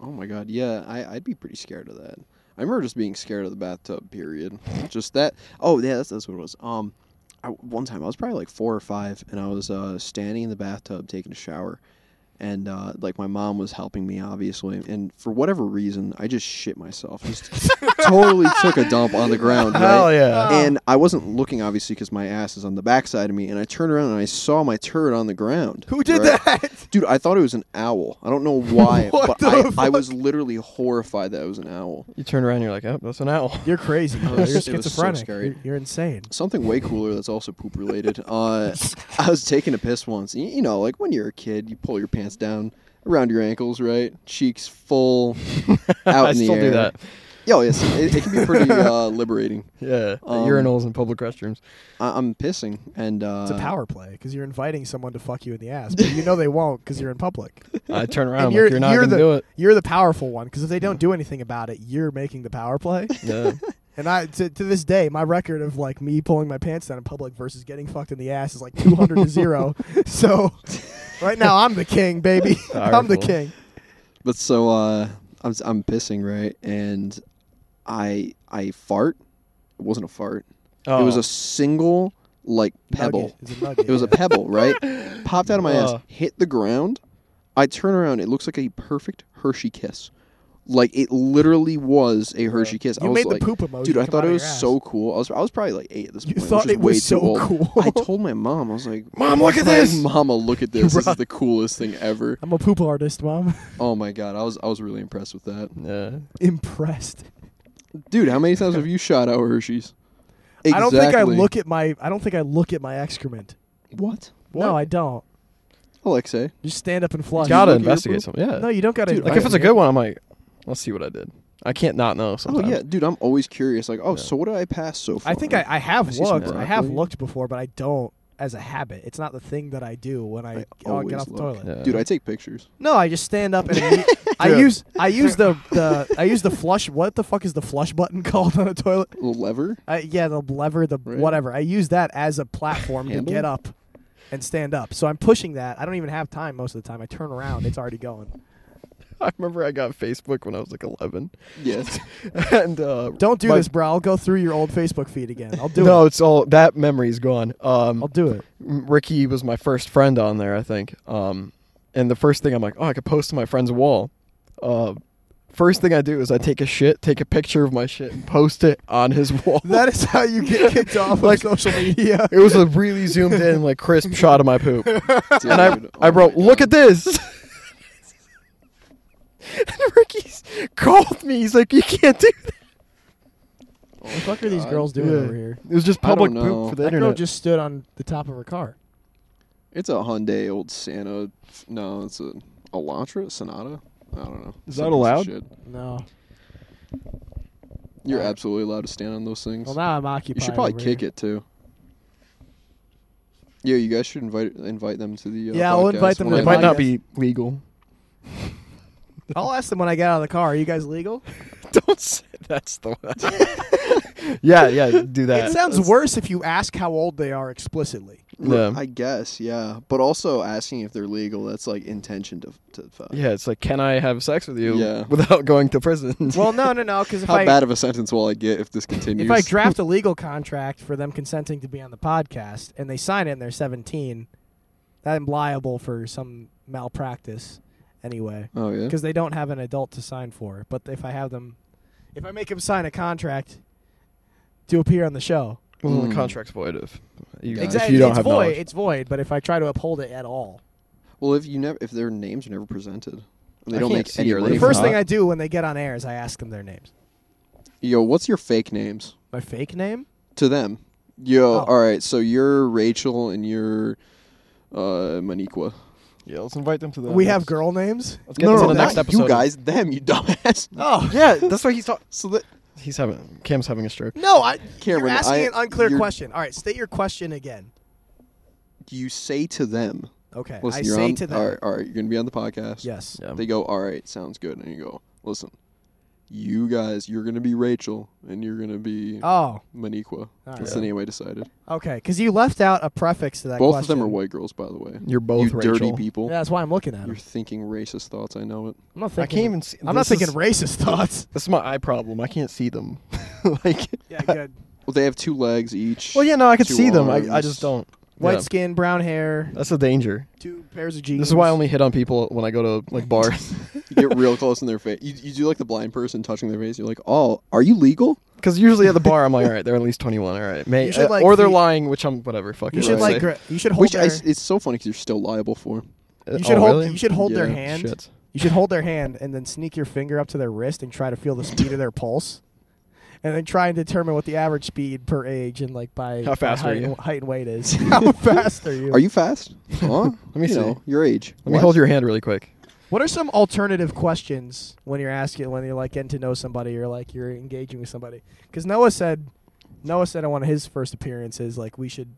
S1: Oh my god, yeah, I, I'd be pretty scared of that. I remember just being scared of the bathtub. Period. just that. Oh yeah, that's that's what it was. Um, I, one time I was probably like four or five, and I was uh, standing in the bathtub taking a shower, and uh, like my mom was helping me obviously, and for whatever reason, I just shit myself. Just
S3: (laughs)
S1: totally took a dump on the ground. right?
S2: Hell yeah.
S1: and I wasn't looking obviously because my ass is on the backside of me, and I turned around and I saw my turd on the ground.
S3: Who did
S1: right? (laughs)
S3: that?
S1: Dude, I thought it was an owl. I don't know
S3: (laughs)
S1: why,
S3: What
S1: but
S3: the
S1: I, I
S3: fuck?
S1: was literally horrified that it was an owl.
S2: You turn around, and you're like, oh, that's an owl. (laughs)
S3: You're crazy.
S1: Oh, it
S3: You're
S1: was- it was so
S3: schizophrenic.
S1: scary.
S3: you're, you're insane.
S1: Something way cooler that's also poop related.
S3: (laughs)
S1: Uh, I was taking a piss once. You, you know, like when you're a kid, you pull your pants down around your ankles, right? Cheeks full, out
S2: I
S1: in the
S2: still
S1: air.
S2: do that.
S1: Yo, yes, it, it can be
S3: (laughs)
S1: pretty uh, liberating.
S2: Yeah, the
S1: Um,
S2: urinals in public restrooms.
S1: I, I'm pissing, and uh,
S3: It's a power play because you're inviting someone to fuck you in the ass, but you
S1: (laughs)
S3: know they won't because you're in public.
S1: Oh,
S2: I turn around, I'm
S3: (laughs) And you're-
S2: like, you're not
S3: you're
S2: gonna
S3: the- (laughs)
S2: do it.
S3: You're the powerful one because if they don't do anything about it, you're making the
S1: (laughs)
S3: power play. (laughs)
S2: Yeah.
S3: And I to, to this day, my record of like me pulling my pants down in public versus getting fucked in the ass is like 200
S1: (laughs)
S3: to zero. So right now I'm the king, baby. (laughs) I'm
S2: Powerful.
S3: the king.
S1: But so uh, I'm s- I'm pissing right, and I I fart. It wasn't a fart. It
S2: Oh,
S1: was a single like pebble.
S3: Oh. Nugget. It's a nugget,
S1: It was a
S3: yeah.
S1: pebble,
S3: (laughs)
S1: right? Popped out of my
S2: Uh.
S1: ass, hit the ground. I turn around. It looks like a perfect Hershey kiss. Like it literally was a Hershey kiss. I
S3: You
S1: was
S3: made
S1: like,
S3: the poop emoji.
S1: dude, I
S3: come
S1: thought
S3: out
S1: it
S3: of
S1: was
S3: your ass.
S1: so cool. I was I was probably like eight at this
S3: You
S1: point.
S3: thought
S1: which is
S3: it was
S1: way
S3: so
S1: too old.
S3: cool.
S1: I told my mom. I was
S3: (laughs)
S1: like,
S2: Mom, look at
S1: "Hey,
S2: this."
S1: Mama, look at this. This is the coolest thing ever."
S3: I'm a poop artist, mom. (laughs)
S1: Oh my god, I was I was really impressed with that.
S2: Yeah.
S3: Impressed.
S1: Dude, how many times have you shot out Hershey's? Exactly.
S3: I don't think I look at my. I don't think I look at my excrement.
S1: What?
S3: No, I don't.
S1: Alexei.
S3: Just stand up and flush.
S2: You gotta
S1: look at your
S2: investigate
S1: poop?
S2: something. Yeah.
S3: No, you don't gotta.
S1: Dude,
S2: like
S1: I-
S2: if it's a good one, I'm like, let's see what I did. I can't not know. Sometimes.
S1: Oh yeah, dude, I'm always curious. Like, oh, so what did I pass so far?
S3: I think I, I have
S1: I see some
S3: looked. I have
S1: broccoli.
S3: looked before, but I don't as a habit. It's not the thing that I do when I,
S1: I
S3: uh,
S1: always
S3: get off the
S1: look.
S3: toilet.
S2: Yeah.
S1: Dude, I take pictures.
S3: No, I just stand up and
S1: (laughs)
S3: imme- I
S2: Yeah.
S3: use I use the, the I use the flush. What the fuck is the flush button (laughs) called on a toilet?
S1: Little lever.
S3: I, yeah, the lever, the
S1: Right.
S3: whatever. I use that as a platform to
S1: Handle?
S3: get up and stand up. So I'm pushing that. I don't even have time most of the time. I turn around, it's already going.
S2: (laughs) I remember I got Facebook when I was like 11,
S3: (laughs)
S1: Yes.
S2: (laughs) and uh,
S3: Don't do
S2: my-
S3: this, bro. I'll go through your old Facebook feed again. I'll
S2: (laughs)
S3: do
S2: no,
S3: it.
S2: it's all that memory's gone. Um,
S3: I'll do it.
S2: Ricky was my first friend on there, I think. Um, and the first thing I'm like, oh, I could post to my friend's wall. Uh, first thing I do is I take a shit, take a picture of my shit, and post it on his (laughs) wall.
S3: That is how you get kicked off
S2: Like-
S3: of (laughs) social media.
S2: it was a really zoomed in, like
S3: (laughs)
S2: crisp shot of my poop,
S1: Dude,
S2: and I,
S1: oh
S2: I wrote,
S1: my
S2: "Look
S1: God.
S2: at this." (laughs) and Ricky's called me. He's like, "You can't do that."
S1: Oh
S3: What the fuck
S1: my
S3: are these
S1: God.
S3: girls doing
S2: Yeah.
S3: over here?
S2: It was just
S1: I don't
S2: public
S1: know.
S2: poop for the
S3: That girl
S2: internet.
S3: just stood on the top of her car.
S1: It's a Hyundai old Santa. No, it's a Elantra Sonata. I don't know. Some
S2: Is that
S1: piece of
S2: allowed?
S1: shit.
S3: No.
S1: You're
S3: Uh,
S1: absolutely allowed to stand on those things.
S3: Well, now I'm
S1: you
S3: occupied.
S1: should probably
S3: over
S1: kick
S3: here.
S1: it too. Yeah, you guys should invite invite them to the. Uh,
S3: Yeah, I'll
S1: podcast
S3: invite them
S1: when
S3: to
S2: it
S1: I
S3: the
S2: might
S1: leave.
S2: not
S3: podcast.
S2: be legal.
S3: (laughs) I'll ask them when I get out of the car. Are you guys legal?
S2: Don't say that's the one. (laughs) yeah, yeah, do that.
S3: It sounds worse if you ask how old they are explicitly.
S2: Yeah.
S1: I guess, yeah. But also asking if they're legal, that's like intention to, to fuck.
S2: Yeah, it's like, can I have sex with you
S1: Yeah.
S2: without going to prison? (laughs)
S3: Well, no, no, no, because if
S1: How
S3: I
S1: bad of a sentence will I get if this continues?
S3: if I draft a legal contract for them consenting to be on the podcast and they sign it and they're 17, I'm liable for some malpractice anyway
S1: oh yeah.
S3: because they don't have an adult to sign for. But if I have them, if I make them sign a contract to appear on the show,
S2: Well, the
S1: Mm.
S2: contract's void if you,
S1: Yeah.
S3: exactly,
S2: if you don't
S3: it's
S2: have
S3: void.
S2: knowledge.
S3: It's void. But if I try to uphold it at all,
S1: Well, if you never, if their names are never presented, and they
S2: I
S1: don't
S2: can't
S1: make
S2: see
S1: any
S2: her.
S1: money.
S3: the
S2: If
S1: from
S3: first
S1: it.
S3: thing
S2: not-
S3: I do when they get on air is I ask them their names.
S1: yo, what's your fake names
S3: My fake name?
S1: to them? Yo,
S3: Oh.
S1: all right, so you're Rachel and you're uh, Maniqua.
S2: Yeah, let's invite them to the.
S3: we
S2: next-
S3: have girl names.
S2: Let's get
S3: no,
S2: them to
S3: no,
S2: the
S3: not
S2: next episode.
S1: you guys, them, you
S3: (laughs)
S1: dumbass.
S3: Oh
S2: Yeah, that's why he's talking.
S1: So that
S2: He's having Cam's having a stroke.
S3: no, I,
S1: Cameron,
S3: you're asking
S1: I-
S3: an unclear
S1: you're-
S3: question. All right, state your question again.
S1: you say to them,
S3: Okay,
S1: listen,
S3: I
S1: you're
S3: say
S1: on,
S3: to them.
S1: all right, all right, you're gonna be on the podcast.
S3: Yes.
S2: Yeah.
S1: They go, all right, sounds good, and you go, listen, you guys, you're gonna be Rachel and you're gonna be
S3: Oh,
S1: Maniqua.
S3: right.
S1: That's the name I decided.
S3: okay. Because you left out a prefix to that.
S1: Both of
S3: question.
S1: them are white girls, by the way.
S2: You're both
S1: you
S2: Rachel.
S1: dirty people.
S3: Yeah, that's why I'm looking at
S1: You're
S3: them.
S1: thinking racist thoughts. I know it. (laughs)
S3: I'm not
S2: I
S3: thinking.
S2: can't even see.
S3: I'm not
S2: this
S3: thinking
S2: Is, (laughs)
S3: racist (laughs) thoughts.
S2: this is my eye problem. I can't see them. like.
S3: Yeah, good.
S1: Well, they have two legs each.
S2: (laughs) Well, yeah, no, I could
S1: Two
S2: see them. I, I
S1: arms.
S2: just don't.
S3: (laughs) White
S2: Yeah.
S3: skin, brown hair,
S2: That's a danger.
S3: two pairs of jeans.
S2: This is why I only hit on people when I go to (laughs) like bars,
S1: You
S2: (laughs)
S1: get real close in their face. You, you do like the blind person touching their face. You're like, oh, are you legal?
S2: because usually at the bar I'm like, all right, they're at least 21, all right, may,
S3: You should,
S2: uh,
S3: like,
S2: or they're
S3: feed-
S2: lying, which I'm whatever. Fuck
S3: You
S2: it,
S3: should
S2: right?
S3: like. gra- You should hold.
S1: Which I
S3: Their,
S1: s it's so funny because you're still liable for.
S2: Uh,
S3: you should
S2: oh,
S3: hold.
S2: really?
S3: You should hold their
S1: Yeah,
S3: hand.
S2: Shit.
S3: You should hold their hand and then sneak your finger up to their wrist and try to feel the speed of their pulse, and then try and determine what the average speed per age and like by
S2: How
S3: by
S2: fast are
S3: height,
S2: you?
S3: and- height and weight
S1: (laughs)
S3: is. How fast are you?
S1: Are you
S2: (laughs)
S1: fast? Huh? Let you
S2: me see.
S1: Know, your age.
S2: Let me hold your hand really quick.
S3: What are some alternative questions when you're asking when you're like getting to know somebody or like you're engaging with somebody? Because Noah said, Noah said on one of his first appearances, like we should,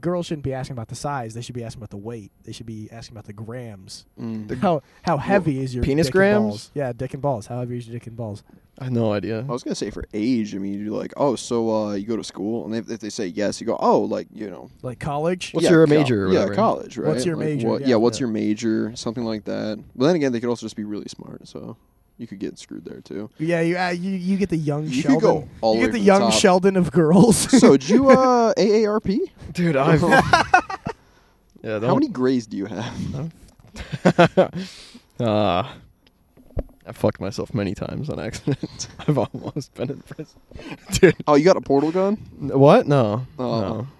S3: girls shouldn't be asking about the size. They should be asking about the weight. They should be asking about the grams.
S1: Mm.
S3: How how heavy is your
S2: penis
S3: dick and
S2: grams?
S3: balls? Yeah, dick and balls. How heavy is your dick and balls?
S2: I have no idea.
S3: Oh.
S1: I was gonna say for age. I mean, you're like, oh, so uh, you go to school, and if, if they say yes, you go, oh, like you know,
S3: Like college?
S2: What's
S1: yeah,
S2: your
S1: co-
S2: major or
S1: yeah,
S2: whatever?
S1: college, right?
S3: What's your
S1: Like,
S3: major?
S1: what-
S3: Yeah,
S1: yeah, what's
S3: yeah.
S1: your major? Something like that. But then again, they could also just be really smart, so you could get screwed there too.
S3: Yeah, you uh, you you get the young
S1: You
S3: Sheldon.
S1: could go all
S3: you
S1: the way
S3: get
S1: to
S3: the
S1: the
S3: young
S1: top.
S3: Sheldon of girls.
S1: So, did you uh, AARP?
S2: (laughs) Dude, I've (laughs) yeah. (laughs)
S1: How many grays do you have?
S2: Ah, I fucked myself many times on (laughs) accident. I've almost been in prison, (laughs) dude.
S1: Oh, you got a portal gun?
S2: n- What? No,
S1: Oh.
S2: no.
S3: (laughs)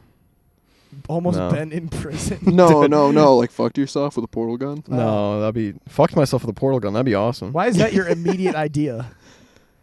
S3: Almost
S2: No.
S3: been in prison.
S2: (laughs)
S1: No, no, no. Like fucked yourself with a portal gun?
S2: No, that'd be fucked myself with a portal gun. That'd be awesome.
S3: Why is that
S1: (laughs)
S3: your immediate idea?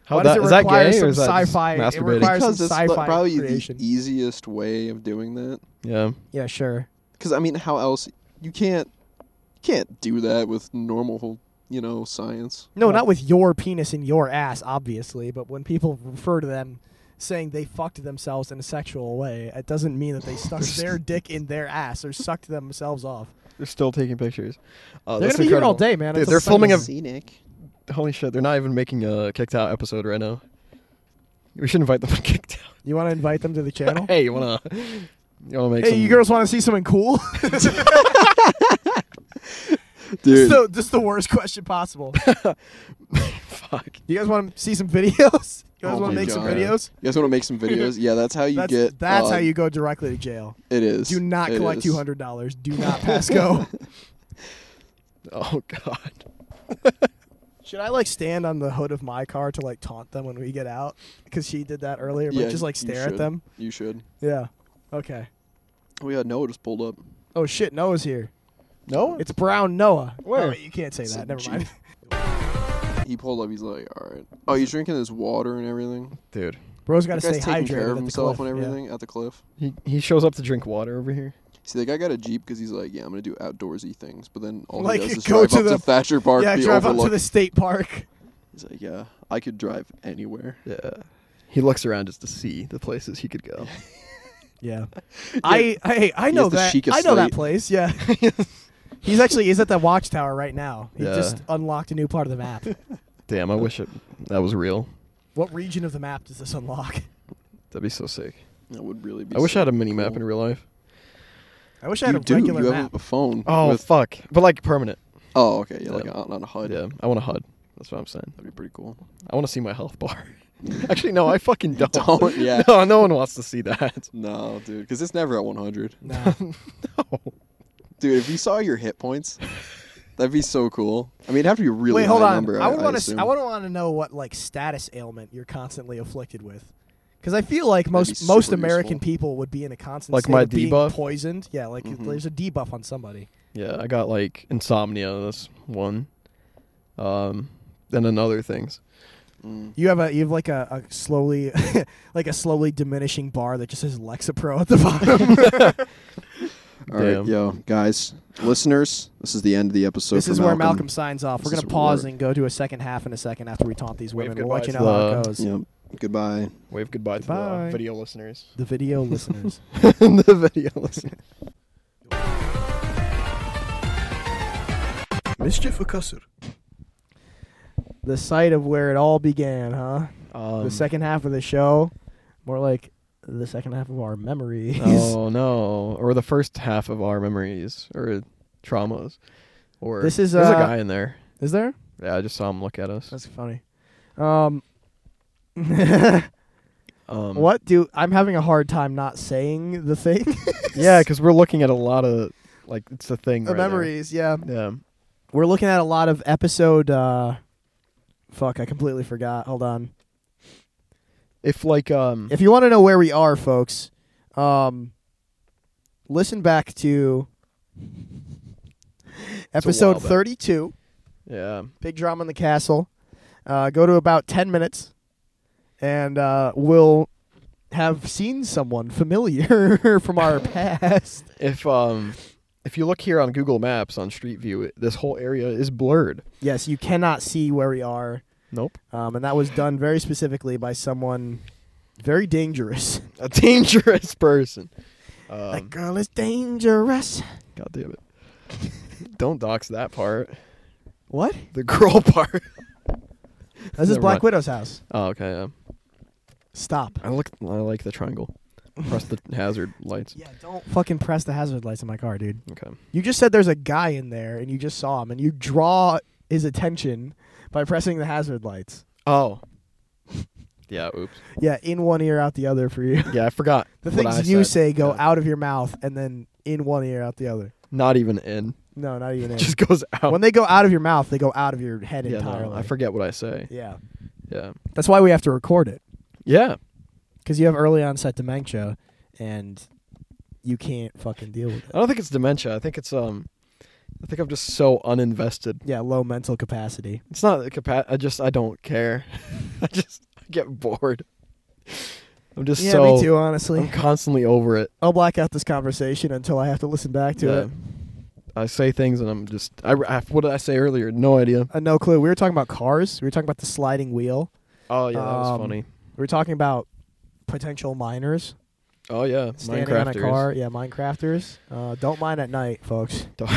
S2: How
S3: Why
S2: that,
S3: does it
S2: is that
S3: require
S2: gay
S3: some
S2: or is that just
S3: sci-fi- it
S2: masturbating?
S3: requires- There's some
S1: Because it's the-
S3: sci-fi
S1: probably
S3: creation.
S1: the easiest way of doing that.
S2: (laughs) yeah,
S3: Yeah, sure.
S1: Because I mean, how else? You can't, you can't do that with normal, you know, science.
S3: No,
S2: Well-
S3: not with your penis in your ass, obviously, but when people refer to them saying they fucked themselves in a sexual way, it doesn't mean that they stuck their dick in their ass or sucked themselves off.
S2: they're still taking pictures. Uh,
S3: They're
S2: that's
S3: gonna be here all
S2: incredible.
S3: day, man.
S2: Dude,
S3: It's a
S2: they're filming a
S3: Sunday.
S1: Scenic.
S2: Holy shit! They're not even making a kicked out episode right now. We should invite them to kicked out.
S3: You want to invite them to the channel?
S2: Hey, you wanna you wanna make
S3: Hey,
S2: some,
S3: you girls want to see something cool? (laughs)
S1: Dude,
S3: so this is the worst question possible.
S2: (laughs) fuck.
S3: You guys want to see some videos? You guys
S1: Oh
S3: want
S1: my
S3: to make some
S1: God.
S3: videos?
S1: you guys want to make some videos? Yeah, that's how you
S3: That's,
S1: get.
S3: that's
S1: uh,
S3: how you go directly to jail.
S1: It is.
S3: Do not
S1: It
S3: collect
S1: is.
S3: two hundred dollars. Do not
S1: (laughs)
S3: pass go.
S2: Oh god.
S3: Should I like stand on the hood of my car to like taunt them when we get out? Because she did that earlier, but
S1: Yeah,
S3: just like
S1: you
S3: stare at
S1: should.
S3: them.
S1: You should.
S3: Yeah. Okay.
S1: Oh yeah, Noah just pulled up.
S3: Oh shit, Noah's here.
S2: No?
S3: It's Brown Noah.
S2: Where?
S3: Oh, wait, you can't say
S1: It's
S3: that.
S1: a
S3: Never (laughs) mind.
S1: He pulled up. He's like, all right. Oh, he's drinking his water and everything.
S2: Dude.
S3: Bro's got to
S1: That
S3: stay
S1: guy's taking
S3: hydrated.
S1: care
S3: at
S1: of
S3: the
S1: himself
S3: cliff.
S1: and
S3: Yeah.
S1: everything at the cliff.
S2: He he shows up to drink water over here.
S1: See, the guy got a jeep because he's like, yeah, I'm gonna do outdoorsy things. But then all
S3: Like,
S1: he does is
S3: go
S1: drive
S3: to
S1: up
S3: the-
S1: to Thatcher Park,
S3: Yeah,
S1: be
S3: drive up to
S1: overlooked.
S3: the state park.
S1: He's like, yeah, I could drive anywhere.
S2: Yeah. He looks around just to see the places he could go.
S3: (laughs) Yeah. (laughs) I hey, I know
S1: has the
S3: that.
S1: chicest
S3: I know
S1: slate.
S3: that place.
S1: (laughs)
S3: Yeah. he's actually he's at that watchtower right now. He
S2: Yeah.
S3: just unlocked a new part of
S1: (laughs)
S3: the map.
S2: Damn, I wish it that was real.
S3: what region of the map does this unlock?
S2: That'd be so sick.
S1: That would really be.
S2: I wish I
S1: so
S2: had a mini map
S1: cool.
S2: in real life.
S3: I wish I had
S1: You
S3: a
S1: do.
S3: regular
S1: You
S3: map.
S1: have a phone.
S2: Oh
S1: with-
S2: fuck! But like permanent.
S1: oh, okay. Yeah, like
S2: Yeah.
S1: on, on a HUD.
S2: Yeah, I want a HUD. That's what I'm saying.
S1: That'd be pretty cool.
S2: I want to see my health bar. (laughs) Actually, no, I fucking (laughs) don't.
S1: don't, yeah.
S2: No, no one wants to see that.
S1: No, dude, because it's never at 100. (laughs)
S3: Nah.
S2: (laughs) no.
S1: Dude, if you saw your hit
S3: (laughs)
S1: points, that'd be so cool. I mean, it'd have to be a really
S3: Wait, hold
S1: high
S3: on.
S1: number.
S3: I would
S1: want
S3: to. I would want to know what like status ailment you're constantly afflicted with, because I feel like
S1: That'd be
S3: most most
S1: super
S3: American
S1: useful.
S3: people would be in a constant
S2: Like
S3: state
S2: my
S3: of being
S2: debuff?
S3: poisoned. Yeah, like
S1: Mhm.
S3: there's a debuff on somebody.
S2: Yeah, I got like insomnia. That's one. Um, and then other things.
S1: Mm.
S3: You have a you have like a, a slowly (laughs) like a slowly diminishing bar that just says Lexapro at the (laughs)
S1: (laughs)
S3: bottom.
S1: All right,
S2: Damn.
S1: yo, guys, listeners, this is the end of the episode.
S3: this
S1: for
S3: is where
S1: Malcolm.
S3: Malcolm signs off. We're
S1: This
S3: gonna
S1: is
S3: pause
S1: work.
S3: and go to a second half in a second after we taunt these
S2: Wave
S3: women. We'll let you
S2: goodbye
S3: know
S2: to
S3: how it
S2: the-
S3: goes.
S1: Yep. Goodbye.
S2: Wave goodbye to
S3: Goodbye.
S2: the uh, video listeners.
S3: The video listeners.
S2: (laughs) the video listeners.
S4: مسجد وكسر
S3: the site of where it all began, huh?
S2: Um,
S3: the second half of the show, more like the second half of our memories.
S2: Oh no! Or the first half of our memories or traumas. Or
S3: This is,
S2: there's a
S3: uh,
S2: guy in there.
S3: (laughs) Is there?
S2: Yeah, I just saw him look at us.
S3: That's funny. Um, (laughs)
S2: Um,
S3: what do I'm having a hard time not saying the thing?
S2: (laughs)
S3: (laughs)
S2: Yeah, because we're looking at a lot of like it's a thing.
S3: the
S2: right there.
S3: memories, yeah.
S2: Yeah.
S3: We're looking at a lot of episode. Uh, fuck, I completely forgot. Hold on.
S2: If like um.
S3: If you want to know where we are, folks, um, listen back to episode
S2: back.
S3: thirty-two.
S2: yeah.
S3: Big drama in the castle. Uh, go to about 10 minutes, and uh, we'll have seen someone familiar (laughs) from our past.
S2: If um. If you look here on Google Maps on Street View, it, this whole area is blurred.
S3: Yes, you cannot see where we are.
S2: Nope.
S3: Um, and that was done very specifically by someone very dangerous. (laughs)
S2: A (laughs) dangerous person. Um,
S3: that girl is dangerous.
S2: God damn it. Don't dox that part.
S3: What?
S2: The girl (laughs) part.
S3: This is
S2: Never
S3: Black
S2: mind.
S3: Widow's house.
S2: Oh, okay. Yeah.
S3: Stop.
S2: I look. I like the triangle. Press the (laughs) hazard lights.
S3: Yeah, don't fucking press the hazard lights in my car, dude.
S2: Okay.
S3: You just said there's a guy in there, and you just saw him, and you draw his attention by pressing the hazard lights.
S2: Oh. Yeah. Oops.
S3: Yeah, in one ear, out the other for you. (laughs)
S2: Yeah, I forgot.
S3: The
S2: what I
S3: things you
S2: said.
S3: say go
S2: Yeah.
S3: out of your mouth and then in one ear, out the other.
S2: Not even in.
S3: No, not even in.
S2: Just (laughs) goes out.
S3: when they go out of your mouth, they go out of your head
S2: yeah, no,
S3: entirely.
S2: I forget what I say.
S3: Yeah.
S2: Yeah.
S3: That's why we have to record it
S2: Yeah.
S3: because you have early onset dementia and you can't fucking deal with it.
S2: I don't think it's dementia. I think it's um. I think I'm just so uninvested.
S3: Yeah, low mental capacity.
S2: It's not the capa- I just I don't care. (laughs) I just I get bored. I'm just
S3: yeah,
S2: so
S3: me too, honestly.
S2: I'm constantly over it.
S3: I'll black out this conversation until I have to listen back to
S2: Yeah.
S3: it.
S2: I say things and I'm just I, I what did I say earlier? No idea.
S3: Uh, no clue. We were talking about cars. We were talking about the sliding wheel.
S2: Oh yeah, that was
S3: Um,
S2: funny.
S3: We were talking about potential minors.
S2: Oh yeah,
S3: standing
S2: Minecrafters.
S3: on a car. Yeah, Minecrafters. Uh, don't mine at night, folks.
S2: (laughs) Don't,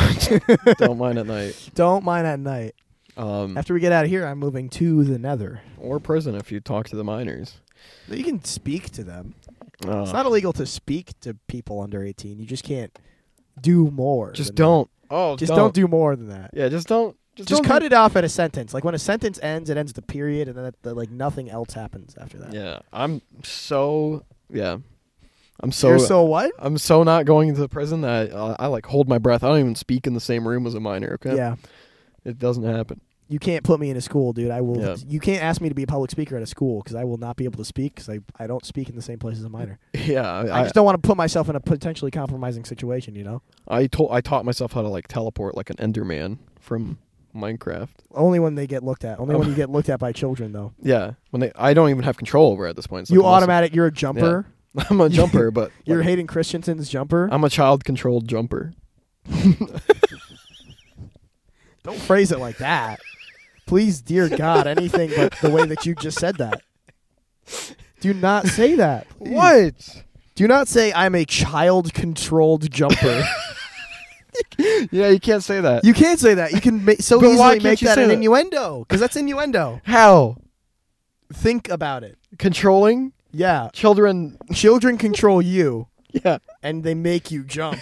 S2: (laughs) don't mind at night.
S3: (laughs) Don't mine at night.
S2: Um,
S3: After we get out of here, I'm moving to the Nether.
S2: or prison if you talk to the minors.
S3: You can speak to them.
S2: Uh,
S3: It's not illegal to speak to people under 18. You just can't do more.
S2: just
S3: than
S2: don't. Oh,
S3: that. Just don't. do more than that.
S2: Yeah, just don't. Just,
S3: Just
S2: don't
S3: cut
S2: do-
S3: it off at a sentence. Like when a sentence ends, it ends the period, and then that- that, like nothing else happens after that.
S2: Yeah, I'm so yeah, I'm so,
S3: You're so what?
S2: I'm so not going into the prison that I, I like hold my breath. I don't even speak in the same room as a minor. Okay,
S3: Yeah.
S2: it doesn't happen. (laughs)
S3: You can't put me in a school, dude. I will.
S2: Yeah.
S3: You can't ask me to be a public speaker at a school because I will not be able to speak because I, I don't speak in the same place as a minor.
S2: Yeah, I
S3: I
S2: I,
S3: just don't want to put myself in a potentially compromising situation, you know?
S2: I told I taught myself how to like teleport like an Enderman from Minecraft.
S3: Only when they get looked at. Only (laughs) when you get looked at by children, though.
S2: Yeah, when they I don't even have control over it at this point. It's
S3: you
S2: like, listen,
S3: automatic, you're a jumper.
S2: (laughs) I'm
S3: (laughs)
S2: a jumper, but
S3: You're
S2: like,
S3: Hayden Christensen's jumper.
S2: I'm a child controlled jumper.
S3: don't phrase it like that. Please, dear God, anything but the way that you just said that. Do not say that. please.
S2: What?
S3: Do not say I'm a child controlled (laughs) jumper.
S2: (laughs) Yeah, you can't say that.
S3: you (laughs) can't say that. You can ma- so
S2: But why
S3: easily
S2: can't
S3: make
S2: you
S3: that
S2: say
S3: an
S2: that?
S3: innuendo because that's innuendo.
S2: how
S3: Think about it.
S2: controlling
S3: Yeah.
S2: children? (laughs)
S3: Children control you.
S2: Yeah.
S3: and they make you jump.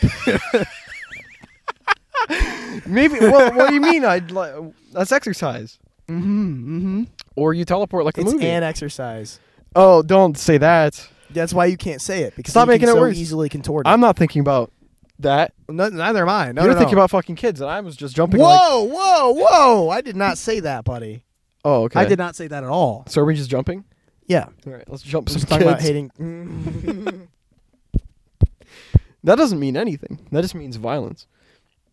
S2: Maybe. Well, what do you mean? I'd like that's exercise.
S3: mm-hmm, mm-hmm.
S2: Or you teleport like the
S3: It's
S2: movie.
S3: an exercise.
S2: oh, don't say that.
S3: That's why you can't say it because
S2: Stop
S3: you
S2: making it
S3: can so
S2: worse.
S3: easily contort it.
S2: I'm not thinking about that.
S3: No, neither am I. No,
S2: You're
S3: no,
S2: thinking
S3: no.
S2: about fucking kids, and I was just jumping. Like,
S3: Whoa, whoa, whoa! I did not say that, buddy.
S2: oh, okay.
S3: I did not say that at all.
S2: So are we just jumping?
S3: Yeah,
S2: All right, let's jump
S3: I'm
S2: some
S3: just talking about
S2: kids.
S3: hating.
S2: That doesn't mean anything. That just means violence.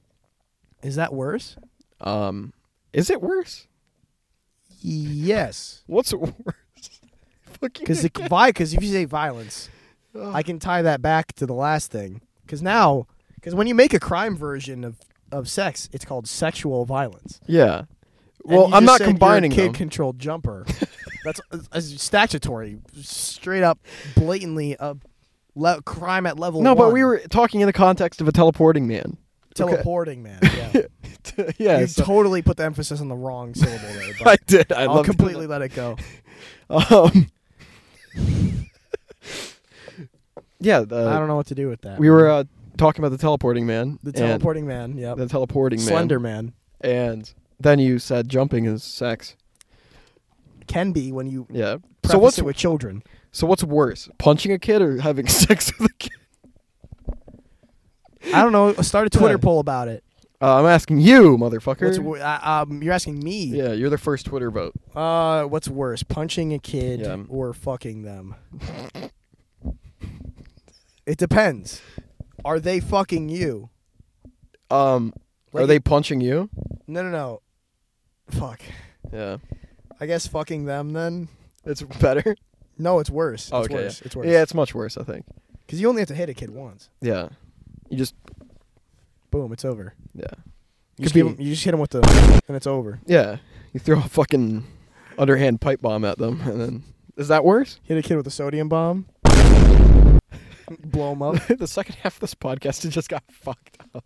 S3: (laughs) Is that worse?
S2: Um, is it worse?
S3: Yes, (laughs)
S2: What's worse? fucking.
S3: because why? Because if you say violence,
S2: Ugh.
S3: I can tie that back to the last thing. Because now, because when you make a crime version of of sex, it's called sexual violence.
S2: yeah.
S3: And
S2: Well,
S3: you
S2: I'm
S3: just
S2: not
S3: said you're a
S2: combining
S3: kid
S2: them.
S3: controlled jumper. That's a, statutory, straight up, blatantly a le- crime at level.
S2: No, but
S3: one.
S2: we were talking in the context of a teleporting
S3: (laughs)
S2: man. (laughs)
S3: teleporting, man. Yeah.
S2: yeah.
S3: you
S2: so-
S3: totally put the emphasis on the wrong syllable there.
S2: (laughs)
S3: But
S2: I did. I
S3: I'll
S2: love
S3: completely let it go.
S2: (laughs) Um, (laughs) yeah, the,
S3: I don't know what to do with that.
S2: Uh, we were uh, talking about the teleporting man.
S3: the
S2: and-
S3: teleporting man. Yep.
S2: The teleporting man.
S3: Slender man
S2: And then you said jumping is sex.
S3: can be when you
S2: Yeah.
S3: preface
S2: So what's
S3: it with children.
S2: so what's worse, punching a kid or having (laughs) sex with a kid?
S3: I don't know. Start a Twitter
S2: Yeah.
S3: poll about it.
S2: Uh, I'm asking you, motherfucker.
S3: What's, wor- I- um, you're asking me.
S2: yeah, you're the first Twitter vote.
S3: Uh, what's worse, punching a kid
S2: Yeah.
S3: or fucking them? it depends. Are they fucking you?
S2: Um,
S3: Like
S2: are they punching you?
S3: No, no, no. Fuck.
S2: Yeah,
S3: I guess fucking them then.
S2: it's better.
S3: No, it's worse. It's
S2: okay,
S3: worse.
S2: yeah.
S3: It's worse.
S2: Yeah, it's much worse. I think.
S3: Because you only have to hit a kid once.
S2: Yeah, you just
S3: Boom, it's over.
S2: yeah
S3: You
S2: Could
S3: just, give
S2: be-
S3: 'em- you just hit him with the, and it's over.
S2: yeah you throw a fucking underhand pipe bomb at them, and then is that worse?
S3: Hit a kid with a sodium bomb. Blow
S2: (laughs)
S3: him up.
S2: the second half of this podcast it just got fucked up.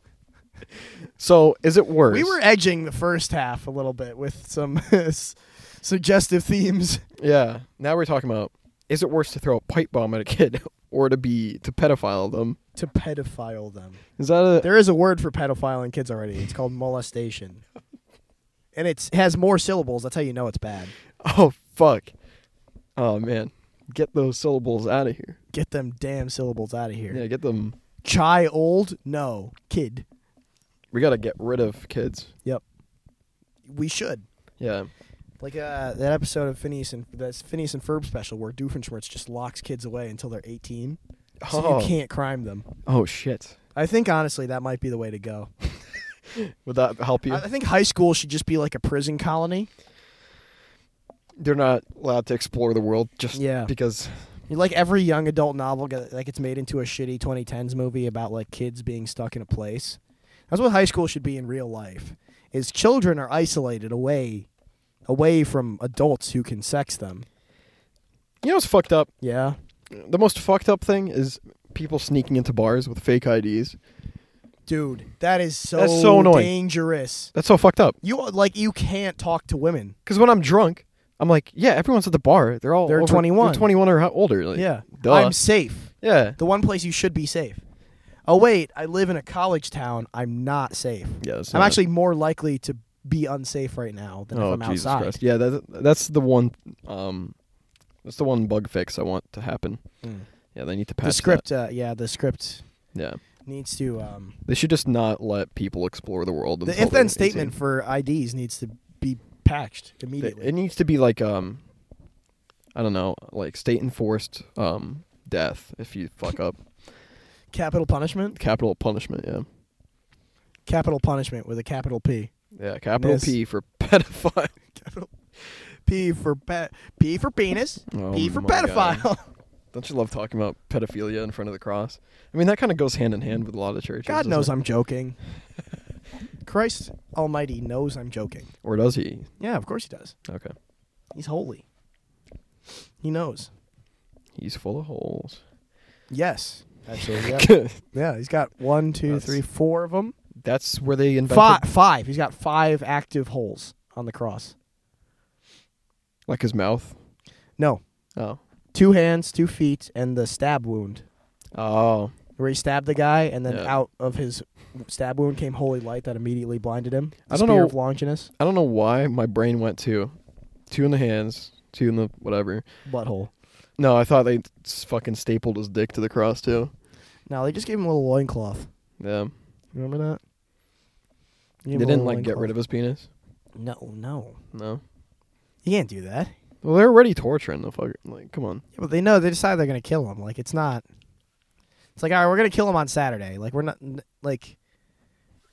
S2: So is it worse?
S3: We were edging the first half a little bit with some (laughs) s- suggestive themes.
S2: yeah. Now we're talking about is it worse to throw a pipe bomb at a kid (laughs) or to be to pedophile them?
S3: To pedophile them.
S2: Is that a
S3: There is a word for pedophiling kids already. It's called molestation. And it's, it has more syllables. That's how you know it's bad.
S2: oh fuck? Oh man, get those syllables out of here.
S3: Get them damn syllables out of here.
S2: Yeah, get them.
S3: Child? No. Kid.
S2: We gotta get rid of kids.
S3: We should.
S2: Yeah.
S3: Like uh, that episode of Phineas and that's Phineas and Ferb special where Doofenshmirtz just locks kids away until they're 18, so
S2: oh.
S3: you can't crime them.
S2: oh shit.
S3: I think honestly that might be the way to go.
S2: Would that help you?
S3: I, I think high school should just be like a prison colony.
S2: They're not allowed to explore the world just
S3: Yeah.
S2: because.
S3: Like every young adult novel, get- like it's made into a shitty 2010s movie about like kids being stuck in a place. That's what high school should be in real life. Is children are isolated away, away from adults who can sex them.
S2: You know what's fucked up?
S3: Yeah,
S2: The most fucked up thing is people sneaking into bars with fake IDs.
S3: dude, that is so
S2: That's so annoying.
S3: dangerous.
S2: That's so fucked up.
S3: You like you can't talk to women.
S2: Because when I'm drunk, I'm like, yeah, everyone's at the bar. They're all
S3: They're
S2: over-
S3: 21.
S2: they're 21 or ho- older. Like,
S3: yeah,
S2: duh.
S3: I'm safe.
S2: yeah,
S3: The one place you should be safe. Oh wait, I live in a college town. I'm not safe.
S2: yeah. that's
S3: I'm
S2: not-
S3: actually more likely to be unsafe right now than
S2: uh, oh
S3: if I'm
S2: Jesus
S3: outside.
S2: Christ! Yeah, that, that's the one. Um, that's the one bug fix I want to happen.
S3: Mm.
S2: Yeah, they need to patch
S3: The script, uh, yeah, the script
S2: That. Yeah,
S3: needs to. Um,
S2: they should just not let people explore the world.
S3: the
S2: until
S3: if then
S2: they're
S3: statement
S2: 18.
S3: for IDs needs to be patched
S2: It,
S3: immediately.
S2: it needs to be like um, I don't know, like state enforced um death if you fuck up,
S3: capital punishment,
S2: capital punishment. Yeah,
S3: capital punishment with a capital P.
S2: yeah, capital
S3: Miss.
S2: P for (laughs) pedophile.
S3: Capital P for pe- P for penis,
S2: Oh
S3: P for
S2: my God.
S3: pedophile. (laughs)
S2: Don't you love talking about pedophilia in front of the cross? I mean, that kind of goes hand in hand with a lot of churches.
S3: God
S2: doesn't
S3: knows
S2: it?
S3: I'm (laughs) joking. Christ Almighty knows I'm joking.
S2: Or does he?
S3: Yeah, of course he does.
S2: Okay.
S3: He's holy. He knows.
S2: He's full of holes.
S3: Yes, absolutely. Yeah, yeah he's got one, two,
S2: That's-
S3: three, four of them.
S2: (laughs) That's where they invented
S3: Five, five. He's got five active holes on the cross.
S2: like his mouth.
S3: No,
S2: Oh.
S3: two hands, two feet, and the stab wound.
S2: Oh,
S3: where he stabbed the guy, and then
S2: Yeah.
S3: out of his stab wound came holy light that immediately blinded him. The
S2: I don't
S3: spear
S2: know-
S3: of Longinus
S2: I don't know why my brain went to two in the hands, two in the whatever.
S3: butthole.
S2: No, I thought they s- fucking stapled his dick to the cross too.
S3: No, they just gave him a little loincloth.
S2: Yeah,
S3: Remember that?
S2: they didn't like get rid of his penis.
S3: No, no,
S2: No.
S3: you can't do that.
S2: Well, they're already torturing the fucker. Like, come on.
S3: Yeah, but they know they decide they're gonna kill him. Like it's not. It's like all right, we're gonna kill him on Saturday. Like we're not n- like.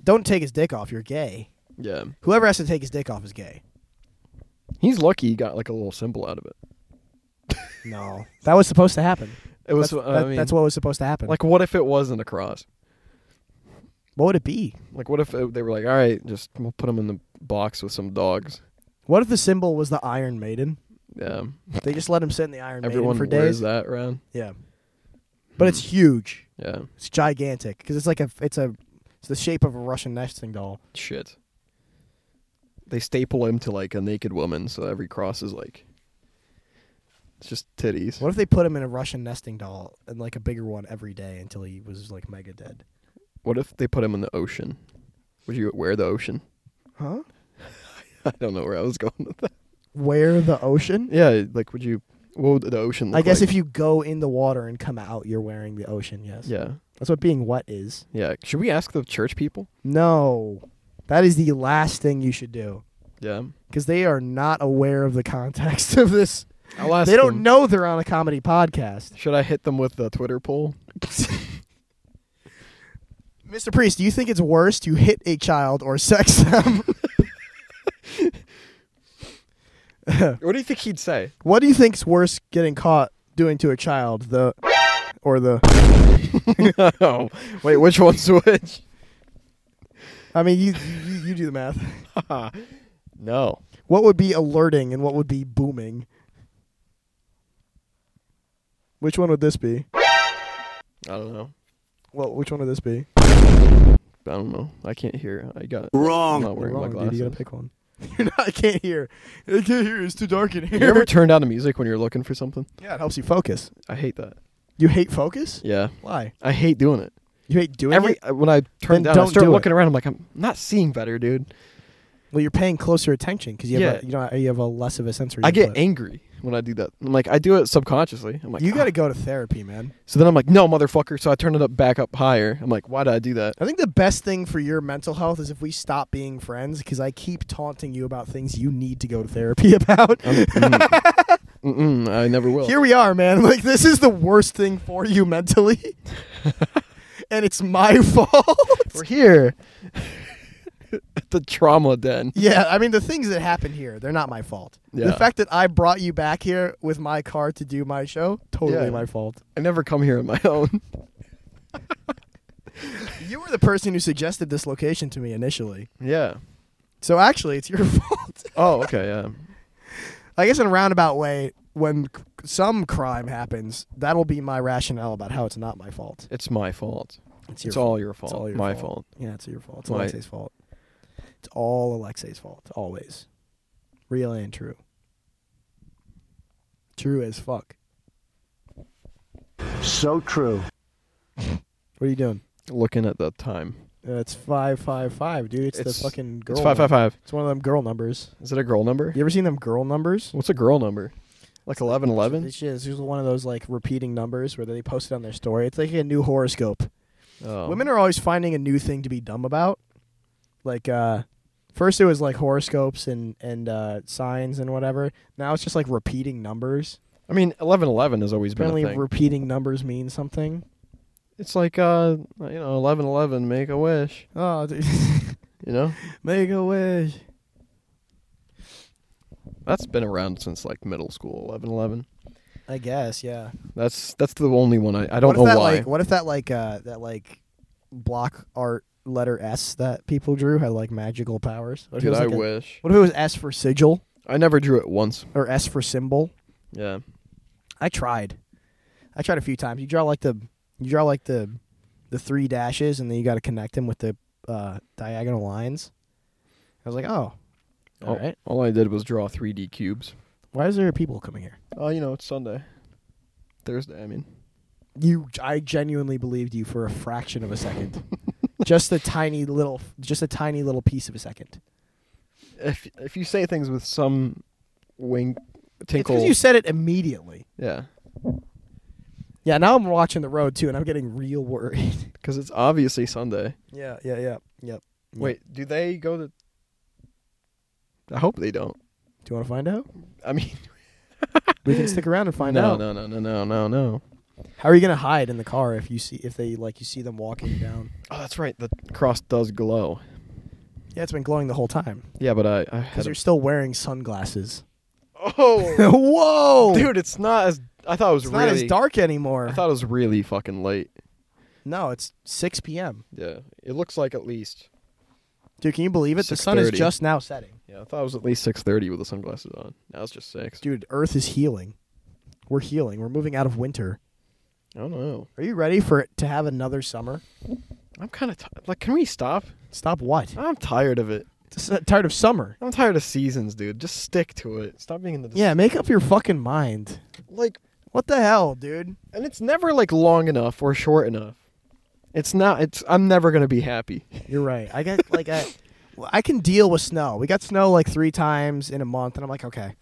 S3: Don't take his dick off. You're gay.
S2: Yeah,
S3: Whoever has to take his dick off is gay.
S2: he's lucky he got like a little symbol out of it.
S3: No, that was supposed to happen.
S2: It was.
S3: that's,
S2: uh,
S3: that-
S2: I mean,
S3: that's what was supposed to happen. Like,
S2: Like, what if it wasn't a cross?
S3: what would it be?
S2: Like, what if it, they were like, all right, just we'll put him in the box with some dogs.
S3: What if the symbol was the Iron Maiden?
S2: Yeah,
S3: They just let him sit in the Iron
S2: everyone
S3: Maiden for
S2: wears
S3: days.
S2: that around.
S3: Yeah, but it's huge.
S2: Yeah,
S3: It's gigantic because it's like a it's a it's the shape of a Russian nesting doll.
S2: shit. They staple him to like a naked woman, so every cross is like, it's just titties.
S3: What if they put him in a Russian nesting doll and like a bigger one every day until he was like mega dead?
S2: What if they put him in the ocean? Would you wear the ocean? (laughs)
S3: Huh?
S2: I don't know where I was going with that.
S3: Where the ocean?
S2: Yeah, like, would you? What would the ocean? Look
S3: I guess
S2: like?
S3: if you go in the water and come out, you're wearing the ocean. Yes.
S2: Yeah,
S3: That's what being wet is.
S2: yeah. Should we ask the church people?
S3: No, that is the last thing you should do
S2: Yeah,
S3: because they are not aware of the context (laughs) of this.
S2: I'll ask.
S3: they don't
S2: them.
S3: know they're on a comedy podcast.
S2: Should I hit them with the Twitter (laughs) poll?
S3: Mr. Priest, do you think it's worse to hit a child or sex (laughs) them?
S2: What do you think he'd (laughs) say?
S3: what do you think's worse getting caught doing to a child? The or the
S2: oh, wait, which one's (laughs) which?
S3: I mean, you, you you do the math.
S2: no.
S3: What would be alerting and what would be booming? Which one would this be?
S2: I don't know.
S3: Well, which one would this be?
S2: I don't know. I can't hear. I got I'm
S4: Wrong.
S2: not wearing my
S3: wrong, dude.
S2: glasses.
S3: You gotta pick one. (laughs) You're not, I can't hear. I can't hear. It's too dark in
S2: You
S3: here. (laughs)
S2: ever turn down the music when you're looking for something?
S3: yeah, it helps you focus.
S2: I hate that.
S3: You hate focus?
S2: Yeah,
S3: Why?
S2: I hate doing it.
S3: You hate doing
S2: Every
S3: it?
S2: uh, when I turn
S3: Then
S2: down, I
S3: don't
S2: start
S3: do
S2: looking around. I'm like, I'm not seeing better, dude.
S3: Well, you're paying closer attention because you have
S2: Yeah.
S3: a, you know you have a less of a sensory.
S2: I get
S3: input.
S2: angry when I do that. I'm like, I do it subconsciously. I'm like,
S3: you
S2: "Ah."
S3: got to go to therapy, man.
S2: So then I'm like, no, motherfucker. So I turn it up back up higher. I'm like, why did I do that?
S3: I think the best thing for your mental health is if we stop being friends because I keep taunting you about things you need to go to therapy (laughs) about.
S2: I'm- mm, mm, I never (laughs) will.
S3: Here we are, man. Like this is the worst thing for
S2: (laughs)
S3: you mentally. and it's my fault.
S2: We're here. At the trauma den.
S3: yeah, I mean the things that happened here, they're not my fault. The
S2: Yeah.
S3: fact that I brought you back here with my car to do my show, totally
S2: Yeah.
S3: my fault.
S2: I never come here on my (laughs) own.
S3: You were the person who suggested this location to me initially.
S2: yeah.
S3: So actually, it's your (laughs) fault.
S2: Oh, okay. Yeah.
S3: I guess in a roundabout way, when c- some crime happens, that'll be my rationale about how it's not my fault.
S2: It's my fault.
S3: It's,
S2: It's all your fault.
S3: all your
S2: my
S3: fault.
S2: fault.
S3: Yeah, it's your fault. It's
S2: Right.
S3: Alexei's fault. It's all Alexei's fault, always. Real and true. True as fuck.
S4: So true.
S3: (laughs) What are you doing?
S2: Looking at the time.
S3: Uh, it's 555, dude. It's,
S2: It's-
S3: the fucking girl.
S2: it's five five five.
S3: It's one of them girl numbers.
S2: Is it a girl number?
S3: You ever seen them girl numbers?
S2: What's a girl number? Like eleven eleven?
S3: It's just it's one of those like repeating numbers where they post it on their story. It's like a new horoscope.
S2: Oh.
S3: Women are always finding a new thing to be dumb about. Like uh first it was like horoscopes and and uh signs and whatever. Now it's just like repeating numbers.
S2: I mean, eleven eleven has always been a
S3: Apparently
S2: thing.
S3: repeating numbers mean something.
S2: it's like uh, you know, eleven eleven, make a wish.
S3: Oh, dude. (laughs)
S2: You know,
S3: make a wish.
S2: that's been around since like middle school. Eleven eleven.
S3: I guess, yeah.
S2: That's that's the only one I I don't
S3: what if
S2: know
S3: that,
S2: why.
S3: Like, what if that like uh that like block art letter S that people drew had like magical powers? What if it
S2: Dude,
S3: was,
S2: I
S3: like, a-
S2: wish.
S3: What if it was S for sigil
S2: I never drew it once.
S3: or S for symbol?
S2: Yeah.
S3: I tried. I tried a few times. You draw like the you draw like the the three dashes, and then you got to connect them with the uh, diagonal lines. I was like, oh, all
S2: all,
S3: right.
S2: all I did was draw 3D cubes. Uh,
S3: Why is there people coming here?
S2: Oh, you know, it's Sunday. Thursday, I mean.
S3: you I genuinely believed you for a fraction of a (laughs) second. just a tiny little just a tiny little piece of a second.
S2: If if you say things with some wink, tinkle,
S3: Because you said it immediately.
S2: yeah,
S3: Yeah, now I'm watching the road too and I'm getting real worried.
S2: because it's obviously Sunday.
S3: yeah, yeah, yeah. Yep. Yeah.
S2: Wait, do they go to? I hope they don't.
S3: Do you want to find out?
S2: I mean,
S3: We can stick around and
S2: (laughs)
S3: find
S2: no,
S3: out.
S2: no, no, no, no, no, no.
S3: How are you gonna hide in the car if you see if they like you see them walking down?
S2: Oh, that's right. The cross does glow.
S3: Yeah, it's been glowing the whole time
S2: Yeah, but I, I
S3: because
S2: had.
S3: you're
S2: A...
S3: still wearing sunglasses.
S2: (laughs) Oh,
S3: (laughs) Whoa,
S2: (laughs) dude, it's not as. I thought it was
S3: it's
S2: really.
S3: not as dark anymore.
S2: I thought it was really fucking late.
S3: no, it's 6 p.m.
S2: Yeah, it looks like at least.
S3: Dude, can you believe it? The sun is
S2: 6:30.
S3: just now setting.
S2: Yeah, I thought it was at least six thirty with the sunglasses on. Now it's just six.
S3: Dude, Earth is healing. We're healing. We're moving out of winter.
S2: I don't know.
S3: Are you ready for it to have another summer?
S2: I'm kind of t- like, can we stop?
S3: Stop what?
S2: I'm tired of it.
S3: Just, uh, tired of summer.
S2: I'm tired of seasons, dude. Just stick to it. Stop being in the
S3: Yeah, make up your fucking mind.
S2: Like,
S3: What the hell, dude?
S2: and it's never like long enough or short enough. It's not. It's. I'm never gonna be happy.
S3: You're right. I got
S2: (laughs)
S3: like I, well, I can deal with snow. We got snow like three times in a month, and I'm like, okay,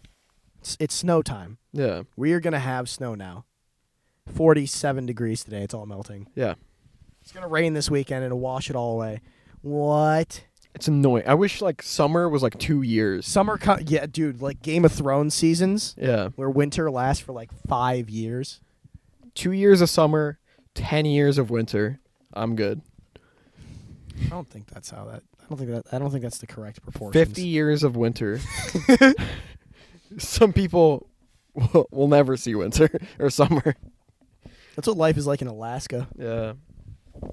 S3: it's, it's snow time.
S2: Yeah.
S3: We are gonna have snow now. 47 degrees today. It's all melting.
S2: Yeah.
S3: It's gonna rain this weekend. It'll wash it all away. What?
S2: It's annoying. I wish like summer was like two years.
S3: Summer? Co- yeah, dude. Like Game of Thrones seasons,
S2: Yeah.
S3: where winter lasts for like five years.
S2: Two years of summer, ten years of winter. I'm good.
S3: I don't think that's how that. I don't think that. I don't think that's the correct proportion.
S2: Fifty years of (laughs) winter. Some people will, will never see winter (laughs) or summer.
S3: That's what life is like in Alaska.
S2: Yeah.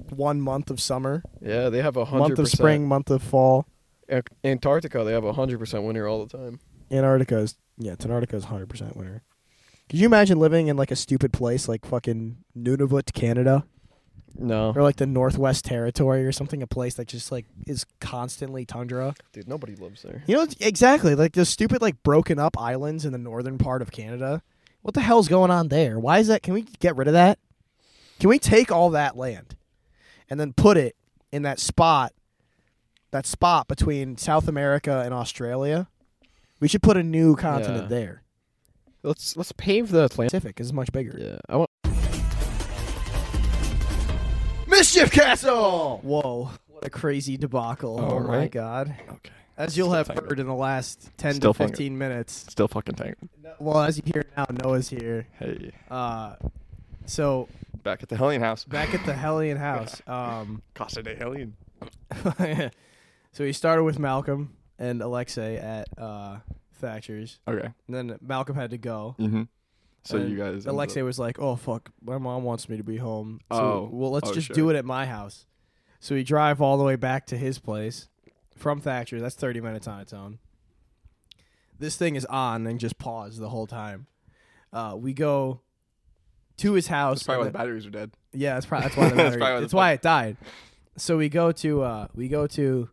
S3: One month of summer,
S2: Yeah. They have a hundred
S3: month of spring, month of fall.
S2: Ac- Antarctica, they have a hundred percent winter all the time.
S3: Antarctica is yeah, it's Antarctica is hundred percent winter. Could you imagine living in like a stupid place like fucking Nunavut, Canada,
S2: No,
S3: or like the Northwest Territory or something? A place that just like is constantly tundra.
S2: dude, nobody lives there.
S3: You know it's- exactly like those stupid like broken up islands in the northern part of Canada. What the hell's going on there? Why is that? Can we get rid of that? Can we take all that land and then put it in that spot, that spot between South America and Australia? We should put a new continent
S2: Yeah.
S3: there.
S2: Let's let's pave the Atlantic.
S3: Pacific is much bigger.
S2: Yeah, I want.
S3: Mischief Castle! Whoa. What a crazy debacle.
S2: Oh,
S3: Oh, my
S2: right.
S3: god.
S2: Okay,
S3: As you'll
S2: Still
S3: have
S2: tangled.
S3: heard in the last 10
S2: Still
S3: to
S2: tangled.
S3: 15 minutes.
S2: still fucking tangled.
S3: No- Well, as you hear now, Noah's here.
S4: Hey,
S3: Uh, so,
S4: back at the Hellion house.
S3: back at the Hellion house. Um, (laughs)
S4: Costa de Hellion.
S3: so, we started with Malcolm and Alexei at uh, Thatcher's.
S4: Okay.
S3: And then Malcolm had to go.
S4: Mm-hmm. So
S3: And
S4: you guys.
S3: Alexei was like, "Oh fuck, my mom wants me to be home. So,
S4: Oh.
S3: well, let's
S4: Oh,
S3: just
S4: sure.
S3: do it at my house." So we drive all the way back to his place from Thatcher. That's thirty minutes on its own. This thing is on and just paused the whole time. Uh, we go to his house.
S4: That's probably why the
S3: and then-
S4: batteries are dead.
S3: yeah, that's probably that's
S4: (laughs)
S3: why the
S4: That's
S3: battery-
S4: probably why the
S3: that's why it died. So we go to uh, we go to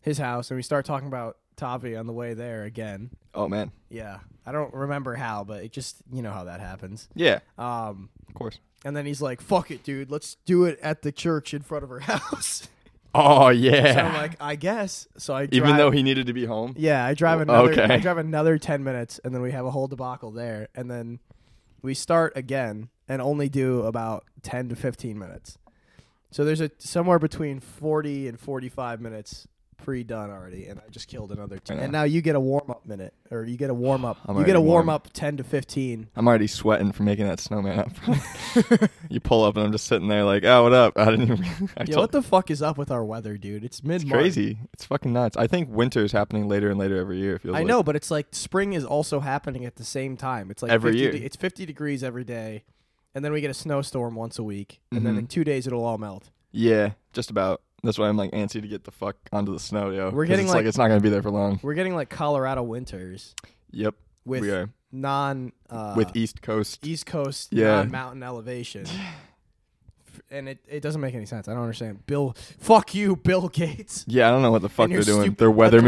S3: his house and we start talking about Tavi on the way there again.
S4: Oh man.
S3: Yeah, I don't remember how, but it just you know how that happens.
S4: Yeah.
S3: Um,
S4: Of course.
S3: and then he's like, "Fuck it, dude. Let's do it at the church in front of her (laughs) house."
S4: Oh
S3: so
S4: (laughs) yeah.
S3: I'm like, "I guess." So I drive,
S4: Even though he needed to be home.
S3: yeah, I drive another
S4: Okay.
S3: I drive another 10 minutes and then we have a whole debacle there and then we start again and only do about 10 to 15 minutes. So there's a somewhere between 40 and 45 minutes pre-done already and I just killed another 10.
S4: Yeah.
S3: And now you get a warm-up minute or you get a warm-up.
S4: I'm
S3: you get a
S4: already warm.
S3: warm-up 10 to 15.
S4: I'm already sweating for making that snowman up. you pull up (laughs) and I'm just sitting there like, oh, what up? I didn't even. I
S3: Yeah,
S4: told-
S3: what the fuck is up with our weather, dude? It's
S4: It's
S3: mid-March.
S4: crazy. It's fucking nuts. I think winter is happening later and later every year. It feels
S3: I
S4: like.
S3: know, but it's like spring is also happening at the same time. It's like
S4: Every
S3: 50
S4: year.
S3: de- it's 50 degrees every day, and then we get a snowstorm once a week, and
S4: Mm-hmm.
S3: then in two days it'll all melt.
S4: Yeah, just about. That's why I'm like antsy to get the fuck onto the snow, yo.
S3: We're
S4: 'Cause
S3: getting,
S4: it's like,
S3: like-
S4: it's not gonna be there for long.
S3: We're getting like Colorado winters
S4: Yep.
S3: with
S4: we are
S3: non uh, E
S4: with East Coast.
S3: East Coast
S4: Yeah. (sighs)
S3: non mountain elevation. F- and it, it doesn't make any sense. I don't understand. Bill, fuck you, (laughs) Bill Gates.
S4: Yeah, I don't know what the fuck
S3: And
S4: they're
S3: your
S4: doing.
S3: stupid
S4: They're weather
S3: weather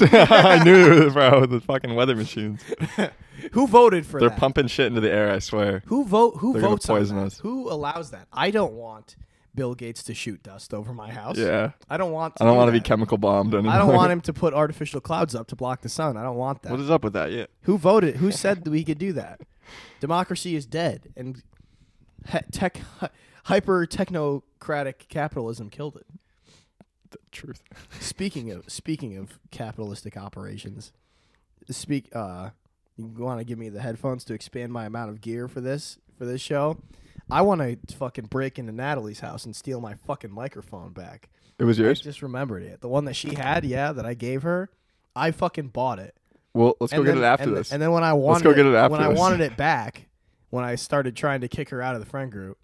S3: (laughs)
S4: (laughs)
S3: machine.
S4: I knew, bro. The fucking weather machines.
S3: Who voted for
S4: They're
S3: that?
S4: pumping shit into the air. I swear.
S3: Who vote? Who
S4: They're gonna
S3: votes on
S4: poison
S3: that?
S4: us.
S3: Who allows that? I don't want Bill Gates to shoot dust over my house.
S4: Yeah.
S3: I don't want. To
S4: I don't
S3: want to
S4: be chemical bombed anymore.
S3: I don't
S4: (laughs)
S3: want him to put artificial clouds up to block the sun. I don't want that.
S4: What is up with that? Yeah.
S3: Who voted? Who said that we could do that? Democracy is dead, and he- tech (laughs) hyper technocratic capitalism killed it.
S4: The truth.
S3: Speaking of speaking of capitalistic operations, speak. Uh, you want to give me the headphones to expand my amount of gear for this for this show? I want to fucking break into Natalie's house and steal my fucking microphone back.
S4: It was
S3: I
S4: yours.
S3: just remembered it. The one that she had, yeah, that I gave her. I fucking bought it.
S4: Well, let's go
S3: And
S4: get
S3: then-
S4: it after
S3: and,
S4: this.
S3: And then when I wanted,
S4: go get it after
S3: when I
S4: this.
S3: wanted it back, when I started trying to kick her out of the friend group,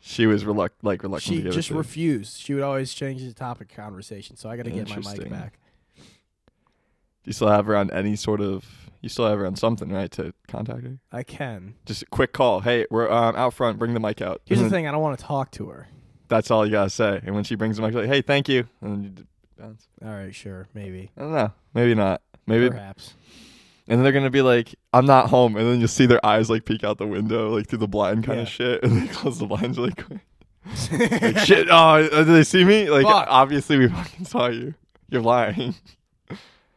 S4: she was reluct- like reluctant
S3: she
S4: to give
S3: just
S4: it. to you.
S3: refused. She would always change the topic of conversation. So I got to get my mic
S4: Interesting.
S3: back.
S4: you still have her on any sort of. You still have her on something, right? To contact her.
S3: I can.
S4: Just a quick call. Hey, we're um, out front. Bring the mic out.
S3: Here's
S4: And
S3: the
S4: then
S3: thing: I don't want to talk to her.
S4: That's all you gotta say. And when she brings the mic, like, hey, thank you. And then you d- bounce.
S3: All right, sure, maybe,
S4: I don't know. Maybe not. Maybe.
S3: perhaps. (laughs)
S4: And then they're gonna be like, "I'm not home," and then you'll see their eyes like peek out the window, like through the blind kind
S3: Yeah.
S4: of shit, (laughs) and they close the blinds
S3: (laughs)
S4: really quick. Like, shit! Oh, did they see me? Like,
S3: Fuck.
S4: obviously we fucking saw you. You're lying.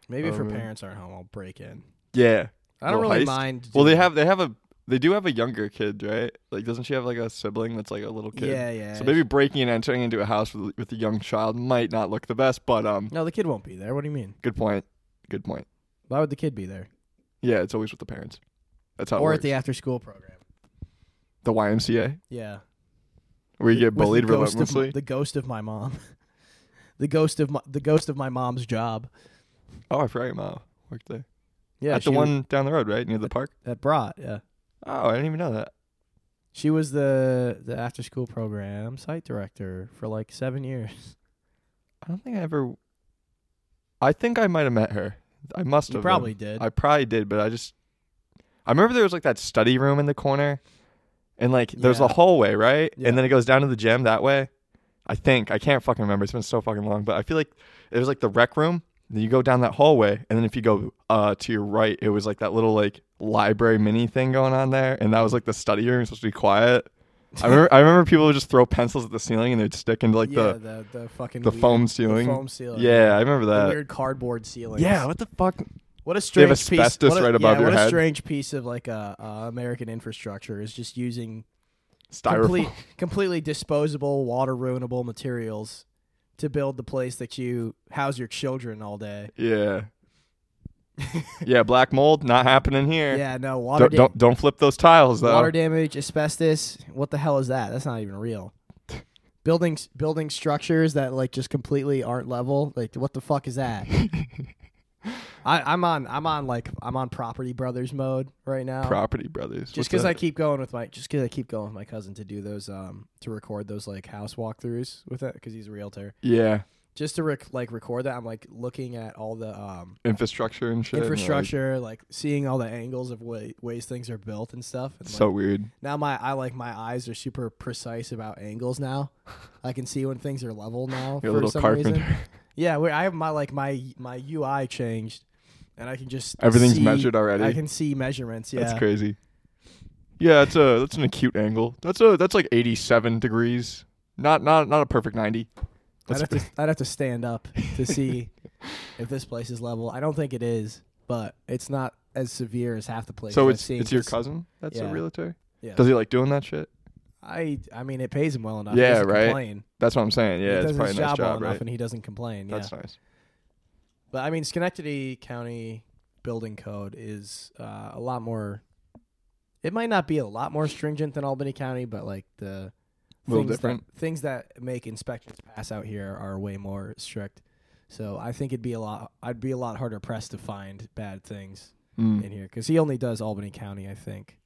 S3: Maybe if
S4: Oh,
S3: her
S4: man.
S3: parents aren't home, I'll break in.
S4: yeah.
S3: I don't
S4: Little
S3: really
S4: heist.
S3: mind.
S4: Well, they
S3: doing-
S4: have they have a they do have a younger kid, right? Like, doesn't she have like a sibling that's like a little kid?
S3: Yeah, yeah.
S4: So maybe breaking and entering into a house with, with a young child might not look the best, but um,
S3: no, the kid won't be there. What do you mean?
S4: good point. Good point.
S3: Why would the kid be there?
S4: Yeah, it's always with the parents. That's how. it
S3: Or
S4: works.
S3: at the after-school program?
S4: the YMCA
S3: Yeah.
S4: where you
S3: The- with
S4: get
S3: the
S4: bullied
S3: ghost of-
S4: relentlessly.
S3: the ghost of my mom. (laughs) the ghost of my, the ghost of my mom's job.
S4: Oh, I forgot your mom worked there.
S3: Yeah,
S4: at the
S3: she was-
S4: one down the road, right near the park.
S3: that brought. Yeah,
S4: Oh, I didn't even know that.
S3: she was the the after school program site director for like seven years.
S4: I don't think I ever. I think I might have met her. I must
S3: You
S4: have.
S3: probably
S4: been.
S3: did.
S4: I probably did, but I just. I remember there was like that study room in the corner, and like there's a
S3: Yeah.
S4: hallway, right?
S3: Yeah.
S4: And then it goes down to the gym that way. I think I can't fucking remember. It's been so fucking long, but I feel like it was like the rec room. Then you go down that hallway, and then if you go uh to your right, it was like that little like library mini thing going on there, and that was like the study room supposed to be quiet. I remember, I remember people would just throw pencils at the ceiling and they'd stick into like
S3: yeah,
S4: the
S3: the the, fucking
S4: the
S3: weird-
S4: foam ceiling.
S3: the foam ceiling.
S4: Yeah, I remember
S3: The
S4: that.
S3: weird cardboard ceiling.
S4: yeah, what the fuck?
S3: what a
S4: They
S3: strange
S4: have asbestos
S3: piece. What a,
S4: right above
S3: yeah,
S4: your
S3: what a
S4: head.
S3: strange piece of like uh, uh, American infrastructure is just using
S4: Styrofoam. (laughs)
S3: complete, completely disposable, water ruinable materials to build the place that you house your children all day. (laughs)
S4: Yeah. yeah, black mold not happening here.
S3: Yeah, no water.
S4: Eh. Don't,
S3: da-
S4: don't don't flip those uh, tiles though.
S3: water damage, asbestos. What the hell is that? That's not even
S4: (laughs)
S3: real. Buildings, building structures that like just completely aren't level. Like, what the fuck is
S4: (laughs)
S3: that? I, I'm on, I'm on like, I'm on Property Brothers mode right now.
S4: Property brothers.
S3: just because I keep going with my, just because I keep going with my cousin to do those, um, to record those like house walkthroughs with it, because he's a realtor.
S4: yeah
S3: Just to rec- like record that, I'm like looking at all the um
S4: infrastructure and shit. and, like,
S3: infrastructure, like seeing all the angles of way- ways things are built and stuff. And,
S4: it's
S3: like,
S4: so weird.
S3: now my I like my eyes are super precise about angles now. I can see when things are level now
S4: Your
S3: for
S4: little
S3: some
S4: carpenter.
S3: reason. Yeah, where I have my like my my UI changed, and I can just
S4: (laughs) Everything's
S3: see-
S4: measured already.
S3: I can see measurements. Yeah,
S4: That's crazy. Yeah, that's a that's an acute angle. That's a that's like 87 degrees. Not not not a perfect 90.
S3: I'd
S4: That's
S3: have to I'd have to stand up
S4: (laughs)
S3: to see if this place is level. I don't think it is, but it's not as severe as half the places.
S4: so
S3: I've
S4: it's
S3: seen
S4: it's your
S3: 'cause-
S4: cousin that's
S3: yeah.
S4: a realtor.
S3: Yeah.
S4: Does he like doing that shit?
S3: I I mean it pays him well enough.
S4: Yeah,
S3: he doesn't
S4: right.
S3: Complain.
S4: That's what I'm saying.
S3: he
S4: Yeah,
S3: does
S4: it's probably a
S3: his
S4: nice
S3: job well
S4: job,
S3: enough,
S4: right?
S3: and he doesn't complain. yeah.
S4: That's nice.
S3: But I mean, Schenectady County building code is uh, a lot more. It might not be a lot more stringent than Albany County, but like the
S4: Little
S3: things
S4: different.
S3: That, things that make inspections pass out here are way more strict. So I think it'd be a lot. I'd be a lot harder pressed to find bad things
S4: Mm.
S3: in here because he only does Albany County, I think.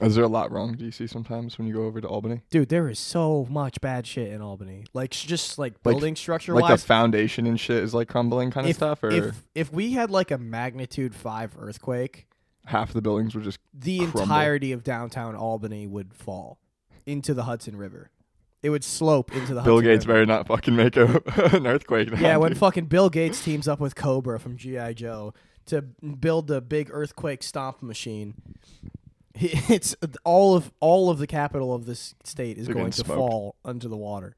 S4: Is there a lot wrong? Do you see sometimes when you go over to Albany?
S3: Dude, there is so much bad shit in Albany. Like s- just like
S4: Like-
S3: building structure
S4: Like the
S3: wise.
S4: foundation and shit is like crumbling kind of
S3: if,
S4: stuff, or
S3: if if we had like a magnitude five earthquake,
S4: half of the buildings were just
S3: the
S4: crumble.
S3: entirety of downtown Albany would fall into the Hudson River. It would slope into the
S4: Bill
S3: Hudson
S4: Gates
S3: River.
S4: better not fucking make a, (laughs) an earthquake. Now,
S3: Oh, Yeah, when
S4: dude.
S3: fucking Bill Gates teams up with Cobra from GI Joe to build the big earthquake stomp machine, he- (laughs) it's all of all of the capital of this state is
S4: They're
S3: going to
S4: getting smoked.
S3: fall under the water.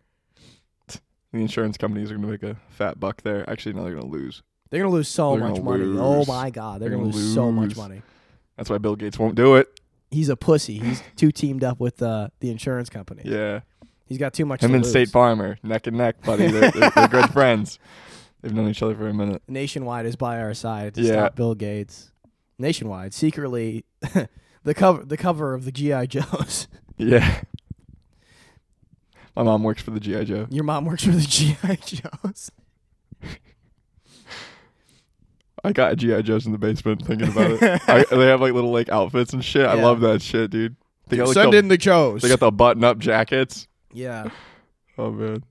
S4: the insurance companies are gonna make a fat buck there. Actually, no, they're gonna lose.
S3: They're gonna lose so
S4: They're gonna
S3: much money. Oh
S4: lose.
S3: my god, they're,
S4: They're
S3: gonna,
S4: gonna
S3: lose so much
S4: lose.
S3: money.
S4: That's why Bill Gates won't do it.
S3: He's a pussy. He's too teamed up with uh, the insurance company.
S4: Yeah,
S3: He's got too much.
S4: him
S3: to
S4: and
S3: lose.
S4: State Farmer, neck and neck, buddy. They're, they're, they're
S3: (laughs)
S4: good friends. They've known each other for a minute.
S3: Nationwide is by our side to
S4: Yeah.
S3: stop Bill Gates. Nationwide secretly, (laughs) the cover the cover of the GI Joes. (laughs)
S4: Yeah. My mom works for the GI Joe.
S3: Your mom works for the (laughs) GI Joes.
S4: I got a GI Joes in the basement thinking about
S3: (laughs)
S4: it. I, they have like little like outfits and shit. I
S3: Yeah.
S4: love that shit, dude. They got, like,
S3: Send
S4: the,
S3: in the Joes.
S4: they got the button-up jackets.
S3: yeah.
S4: Oh man,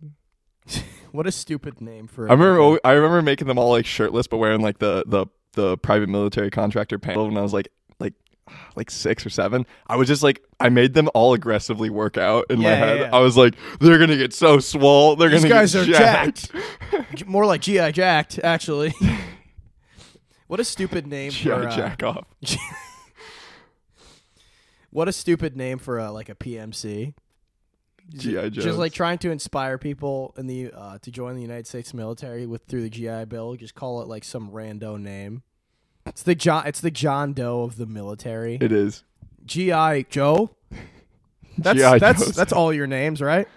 S3: What a stupid name for. a
S4: I remember.
S3: movie.
S4: alwa- I remember making them all like shirtless, but wearing like the the the private military contractor pants. When I was like like like six or seven, I was just like I made them all aggressively work out in my
S3: Yeah, yeah,
S4: head.
S3: yeah.
S4: I was like, they're gonna get so swole. They're
S3: These
S4: gonna
S3: guys
S4: get
S3: are jacked. (laughs) J- More like GI Jacked,
S4: (laughs)
S3: actually. what a stupid name
S4: GI
S3: for. uh,
S4: jack off.
S3: what a stupid name for a, like a PMC.
S4: GI Joes.
S3: Just like trying to inspire people in the uh, to join the United States military with through the GI Bill. Just call it like some rando name. It's the John. It's the John Doe of the military.
S4: It is.
S3: GI Joe.
S4: (laughs)
S3: That's
S4: G.I.
S3: that's
S4: Joes.
S3: that's all your names, right?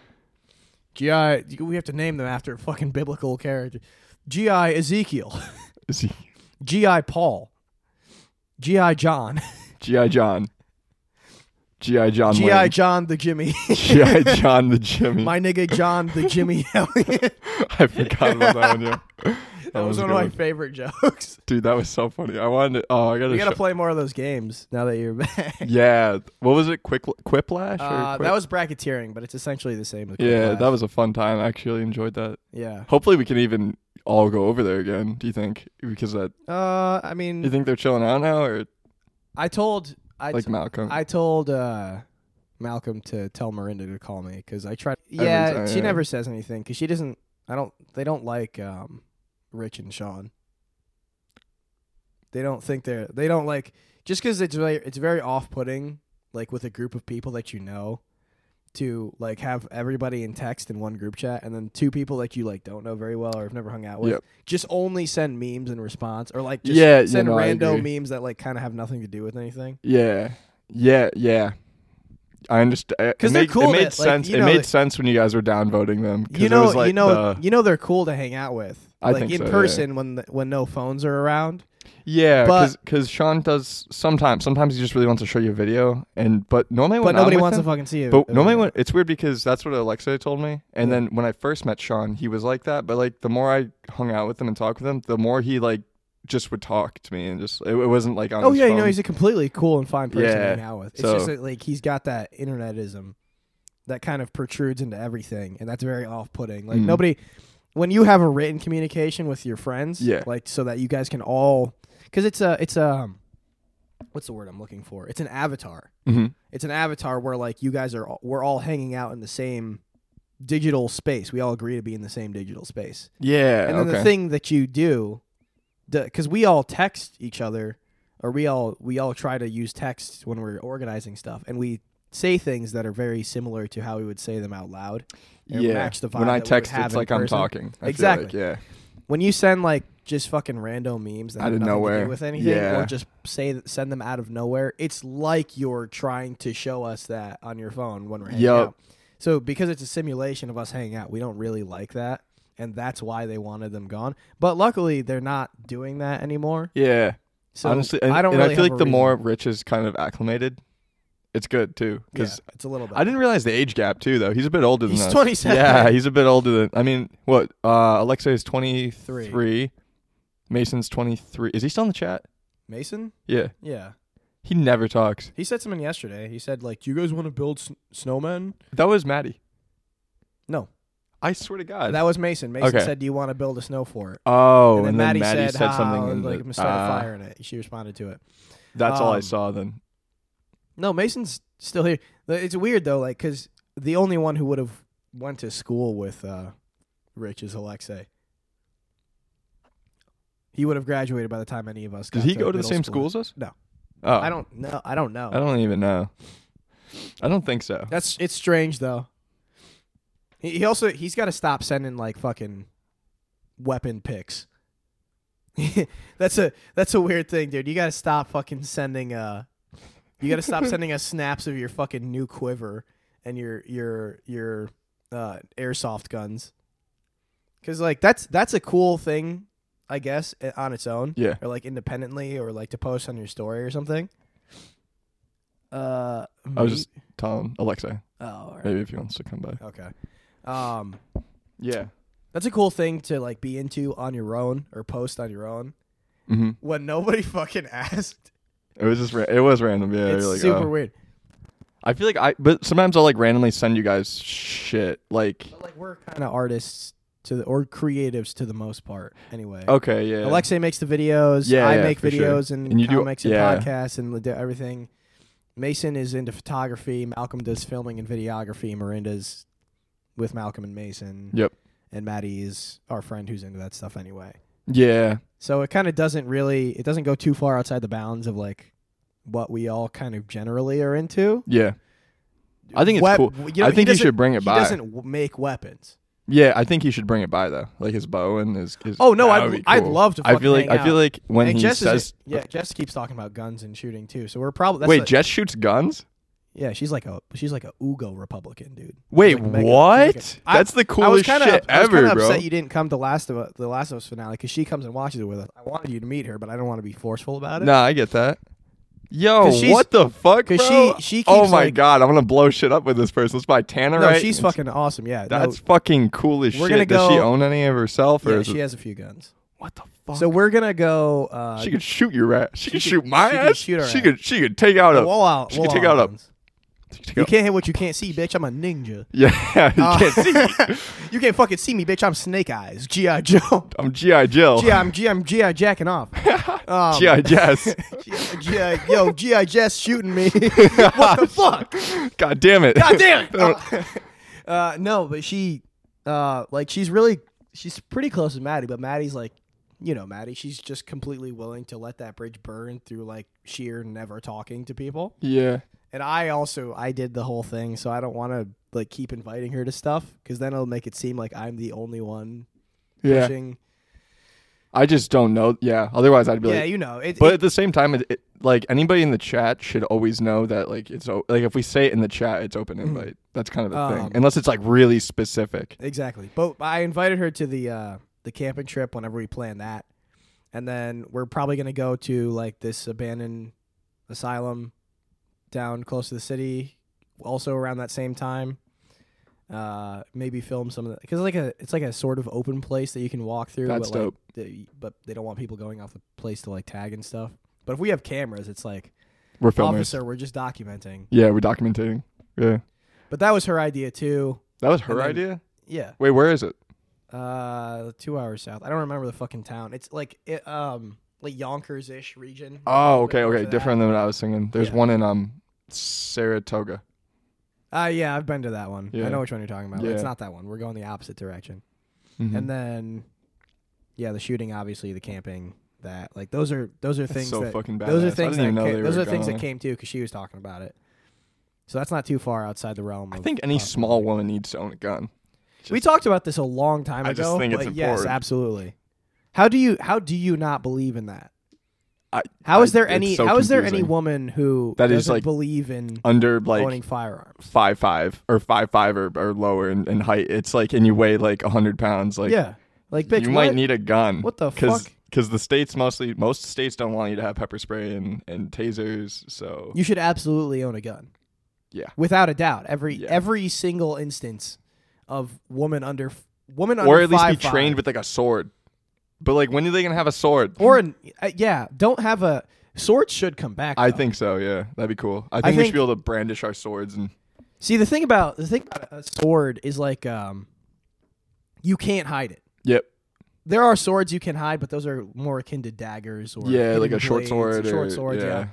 S3: GI. We have to name them after fucking biblical character. GI Ezekiel. (laughs)
S4: Is he-
S3: GI Paul. GI John.
S4: GI John. GI John.
S3: GI
S4: Wayne.
S3: John the Jimmy. (laughs)
S4: GI John the Jimmy.
S3: My nigga John the Jimmy Elliott.
S4: (laughs) I forgot about that one. Yeah. That,
S3: (laughs) That was
S4: a
S3: one
S4: good
S3: of my favorite jokes.
S4: Dude, that was so funny. I wanted. To, oh, I
S3: (laughs)
S4: gotta.
S3: We gotta
S4: show-
S3: play more of those games now that you're (laughs) back.
S4: Yeah. What was it? Quick Quiplash? Or
S3: Uh,
S4: Quip-
S3: that was bracketeering, but it's essentially the same. As
S4: Yeah,
S3: Quiplash.
S4: that was a fun time. I actually enjoyed that.
S3: Yeah.
S4: Hopefully, we can even all go over there again. Do you think? Because that
S3: Uh, I
S4: you
S3: mean,
S4: think they're chilling out now, or
S3: I told I
S4: like Malcolm?
S3: I told uh, Malcolm to tell Miranda to call me because I tried.
S4: Every
S3: Yeah,
S4: time,
S3: she
S4: yeah.
S3: never says anything because she doesn't. I don't. They don't like um, Rich and Sean. They don't think they're. They don't like just because it's very. It's very off-putting. Like with a group of people that you know, to like have everybody in text in one group chat, and then two people that you like don't know very well or have never hung out with,
S4: Yep.
S3: just only send memes in response or like just
S4: Yeah, you
S3: send
S4: know, I
S3: random
S4: agree.
S3: memes that like kind of have nothing to do with anything.
S4: yeah, yeah, yeah. I understand.
S3: 'Cause
S4: it
S3: they're
S4: made,
S3: cool
S4: It made
S3: that, like,
S4: sense.
S3: you
S4: it
S3: know,
S4: made
S3: like-
S4: sense when you guys were downvoting them. 'cause
S3: you
S4: it
S3: know,
S4: was like
S3: you know,
S4: the-
S3: you know, they're cool to hang out with.
S4: I
S3: like
S4: think
S3: in
S4: so, yeah.
S3: person when the, when no phones are around.
S4: yeah,
S3: but-
S4: because Sean does sometimes. Sometimes he just really wants to show you a video, and but normally when
S3: But nobody
S4: I'm with
S3: wants
S4: him,
S3: to fucking see it.
S4: But normally, when, it's weird because that's what Alexa told me. And
S3: Yeah.
S4: then when I first met Sean, he was like that. But like the more I hung out with him and talked with him, the more he like just would talk to me and just it, it wasn't like on
S3: oh
S4: his
S3: yeah, you know,
S4: phone.
S3: he's a completely cool and fine person to
S4: Yeah,
S3: hang out with. It's
S4: so-
S3: just that, like he's got that internetism that kind of protrudes into everything, and that's very off-putting. Like
S4: Mhm.
S3: nobody, when you have a written communication with your friends,
S4: Yeah.
S3: like so that you guys can all, because it's a it's a, um, what's the word I'm looking for? It's an avatar.
S4: Mhm.
S3: it's an avatar where like you guys are all, we're all hanging out in the same digital space. We all agree to be in the same digital space.
S4: yeah.
S3: and then
S4: okay.
S3: the thing that you do because we all text each other or we all we all try to use text when we're organizing stuff and we say things that are very similar to how we would say them out loud and
S4: yeah.
S3: match the vibe
S4: when I
S3: that we
S4: text,
S3: would have
S4: it's
S3: in
S4: like I'm
S3: person.
S4: talking. I feel
S3: Exactly.
S4: like, yeah.
S3: when you send like just fucking random memes that
S4: Out
S3: have
S4: of
S3: nothing to
S4: nowhere.
S3: do with anything
S4: Yeah.
S3: or just say send them out of nowhere it's like you're trying to show us that on your phone when we're hanging
S4: Yup.
S3: out so because it's a simulation of us hanging out we don't really like that and that's why they wanted them gone but luckily they're not doing that anymore
S4: Yeah.
S3: so
S4: Honestly, and,
S3: i don't
S4: and
S3: really
S4: I feel
S3: have
S4: like
S3: a
S4: the
S3: reason.
S4: more Rich is kind of acclimated, it's good too.
S3: Yeah,
S4: Because
S3: it's a little bit
S4: I didn't realize the age gap too, though. He's a bit older than
S3: He's
S4: us.
S3: 27.
S4: Yeah, he's a bit older than. I mean, what? Uh, Alexa is twenty three. Mason's twenty three. Is he still in the chat?
S3: mason
S4: Yeah,
S3: yeah
S4: he never talks.
S3: he said something yesterday he said like do you guys want to build s- snowmen
S4: That was Maddie.
S3: No.
S4: I swear to God.
S3: that was mason mason
S4: Okay.
S3: said do you want to build a snow fort
S4: oh,
S3: and then, Maddie, said,
S4: said
S3: "Ha,
S4: something.
S3: ha,"
S4: in
S3: like
S4: the-
S3: I'm start
S4: Ah,
S3: a fire in it. She responded to it.
S4: That's all I
S3: Um,
S4: saw then.
S3: No, Mason's still here. The- It's weird though, like because the only one who would have went to school with uh, Rich's Alexei. He would have graduated by the time any of us.
S4: Did
S3: got
S4: he go to the
S3: middle
S4: same
S3: school.
S4: school as us?
S3: No.
S4: Oh,
S3: I don't know. I don't know.
S4: I don't even know. I don't think so.
S3: That's it's strange though. He, he also he's got to stop sending like fucking weapon pics. (laughs) that's a that's a weird thing, dude. You got to stop fucking sending uh you got to stop sending us snaps of your fucking new quiver and your your your uh airsoft guns. Cuz like that's that's a cool thing, I guess, eh, on its own
S4: Yeah.
S3: or like independently or like to post on your story or something. Uh
S4: I was
S3: me-
S4: just telling Alexa,
S3: Oh, all right.
S4: maybe if he wants to come by.
S3: Okay. Um,
S4: Yeah.
S3: that's a cool thing to like be into on your own or post on your own
S4: hmm
S3: when nobody (laughs) fucking asked.
S4: It was just ra- it was random. Yeah.
S3: it's
S4: you're like,
S3: super
S4: oh.
S3: weird.
S4: I feel like I, but sometimes I'll like randomly send you guys shit. Like,
S3: But like we're kind of artists to the or creatives to the most part. Anyway,
S4: okay, yeah.
S3: Alexei makes the videos.
S4: Yeah,
S3: I
S4: yeah,
S3: make
S4: for sure.
S3: videos and,
S4: And you do-
S3: comics
S4: yeah.
S3: and podcasts and the- everything. Mason is into photography. Malcolm does filming and videography. Miranda's with Malcolm and Mason.
S4: Yep.
S3: And Maddie is our friend who's into that stuff anyway.
S4: Yeah.
S3: So it kind of doesn't really it doesn't go too far outside the bounds of like what we all kind of generally are into.
S4: Yeah. I think it's
S3: Wep-
S4: cool.
S3: you know,
S4: I think
S3: he
S4: he should bring it
S3: he
S4: by.
S3: doesn't w- make weapons.
S4: Yeah, I think he should bring it by though, like his bow and his. his
S3: Oh, no,
S4: that
S3: I'd-
S4: would be
S3: I'd love to
S4: I
S3: fucking
S4: feel like
S3: hang
S4: I feel
S3: out.
S4: like when
S3: and
S4: he
S3: Jess
S4: says,
S3: is, yeah, Jess keeps talking about guns and shooting too. So we're probably that's
S4: "Wait,
S3: a-
S4: Jess shoots guns."
S3: yeah, she's like a she's like a Ugo Republican dude.
S4: Wait,
S3: She's like mega- she's
S4: what?
S3: like a-
S4: That's
S3: I
S4: the
S3: was
S4: coolest
S3: kind
S4: shit
S3: of I was
S4: ever,
S3: kinda
S4: bro.
S3: upset you didn't come to Last of Us, the Last of Us finale because she comes and watches it with us. I wanted you to meet her, but I don't want to be forceful about it.
S4: Nah, I get that. Yo,
S3: 'Cause she's-
S4: what the fuck,
S3: 'cause
S4: bro?
S3: she- she
S4: oh
S3: keeps,
S4: my
S3: like-
S4: god, I'm gonna blow shit up with this person. Let's buy Tana
S3: no,
S4: right.
S3: she's fucking awesome. Yeah, no,
S4: That's fucking cool as
S3: We're
S4: shit.
S3: gonna
S4: Does she
S3: go-
S4: own any of herself or
S3: yeah,
S4: is
S3: she
S4: it,
S3: has a few guns.
S4: what the fuck?
S3: So we're gonna go. Uh,
S4: she could shoot your ass. She, could
S3: could-
S4: shoot my
S3: she could
S4: ass.
S3: shoot our
S4: she
S3: ass.
S4: could she could take out a
S3: wall out.
S4: she
S3: wall
S4: could take
S3: out
S4: out a
S3: guns.
S4: she could take
S3: You
S4: out-
S3: can't hit what you can't see, bitch. I'm a ninja.
S4: (laughs) Yeah, (laughs) you
S3: Uh,
S4: can't see.
S3: (laughs) you can't fucking see me, bitch. I'm Snake Eyes. GI Joe. (laughs)
S4: I'm GI Jill.
S3: GI. I'm GI. I'm GI jacking
S4: (laughs)
S3: off. Um,
S4: GI Jess.
S3: GI. Yo, GI Jess shooting
S4: (laughs)
S3: me. (laughs) what the fuck?
S4: God (laughs) damn it.
S3: God damn it.
S4: Don't-
S3: Uh, uh, no, but she, uh, like, she's really, she's pretty close to Maddie, but Maddie's like, you know, Maddie, she's just completely willing to let that bridge burn through like sheer never talking to people.
S4: yeah.
S3: And I also I did the whole thing, so I don't want to like keep inviting her to stuff because then it'll make it seem like I'm the only one
S4: Yeah.
S3: pushing.
S4: I just don't know. Yeah. Otherwise, I'd be
S3: yeah,
S4: like.
S3: you know it.
S4: But
S3: it-
S4: at the same time, it, it, like anybody in the chat should always know that like it's o- like if we say it in the chat, it's open invite. That's kind of the
S3: Mm. Um,
S4: thing, unless it's like really specific.
S3: exactly. But I invited her to the uh, the camping trip whenever we plan that, and then we're probably gonna go to like this abandoned asylum down close to the city, also around that same time. Uh, maybe film some of the because like a it's like a sort of open place that you can walk through.
S4: That's
S3: but, like,
S4: dope.
S3: they, but they don't want people going off the place to like tag and stuff. But if we have cameras, it's like
S4: We're filmers.
S3: officer, we're just documenting.
S4: Yeah, we're documenting. Yeah,
S3: But that was her idea too.
S4: that was her
S3: And then-
S4: idea.
S3: Yeah,
S4: Wait, where is it?
S3: uh, two hours south. I don't remember the fucking town. It's like it, um like Yonkers ish region.
S4: Oh, okay,
S3: Over
S4: okay,
S3: that.
S4: different than what I was thinking. There's
S3: Yeah.
S4: one in um Saratoga.
S3: Uh, yeah, I've been to that one. I
S4: Yeah.
S3: know which one you're talking about.
S4: Yeah.
S3: It's not that one. We're going the opposite direction.
S4: Mhm.
S3: And then, yeah, the shooting, obviously, the camping, that like those are those are
S4: That's
S3: things
S4: so
S3: that
S4: fucking badass.
S3: those
S4: I
S3: are things
S4: didn't even
S3: that
S4: know
S3: ca-
S4: they
S3: those
S4: were
S3: are things that
S4: going.
S3: came too because she was talking about it. So that's not too far outside the realm.
S4: I
S3: of
S4: think any
S3: possibility.
S4: small woman needs to own a gun.
S3: we talked about this a long time
S4: I
S3: ago.
S4: just think it's
S3: but yes,
S4: important.
S3: absolutely. How do you how do you not believe in that?
S4: I,
S3: How is
S4: I-
S3: there
S4: it's
S3: any
S4: so
S3: how is there any
S4: confusing.
S3: woman who
S4: That is,
S3: doesn't
S4: like,
S3: believe in
S4: under like
S3: owning firearms?
S4: five five or five five or, or lower in, in height. It's like and you weigh like hundred pounds. Like
S3: yeah, like bitch,
S4: you might
S3: what?
S4: need a gun.
S3: What the fuck?
S4: Because the states mostly most states don't want you to have pepper spray and and tasers. So
S3: You should absolutely own a gun.
S4: Yeah.
S3: without a doubt. Every
S4: Yeah.
S3: every single instance of woman under f- woman
S4: or
S3: under
S4: at least
S3: five,
S4: be trained with like a sword. But like when are they gonna have a sword?
S3: or an, uh, yeah, don't have a swords should come back.
S4: I
S3: though.
S4: think so. Yeah, that'd be cool. I think, we
S3: think-
S4: should be able to brandish our swords and
S3: See, the thing about the thing about a sword is like um, you can't hide it.
S4: yep.
S3: There are swords you can hide, but those are more akin to daggers or
S4: Yeah,
S3: hidden
S4: like a short
S3: blades,
S4: sword. Or,
S3: Short swords,
S4: yeah.
S3: yeah.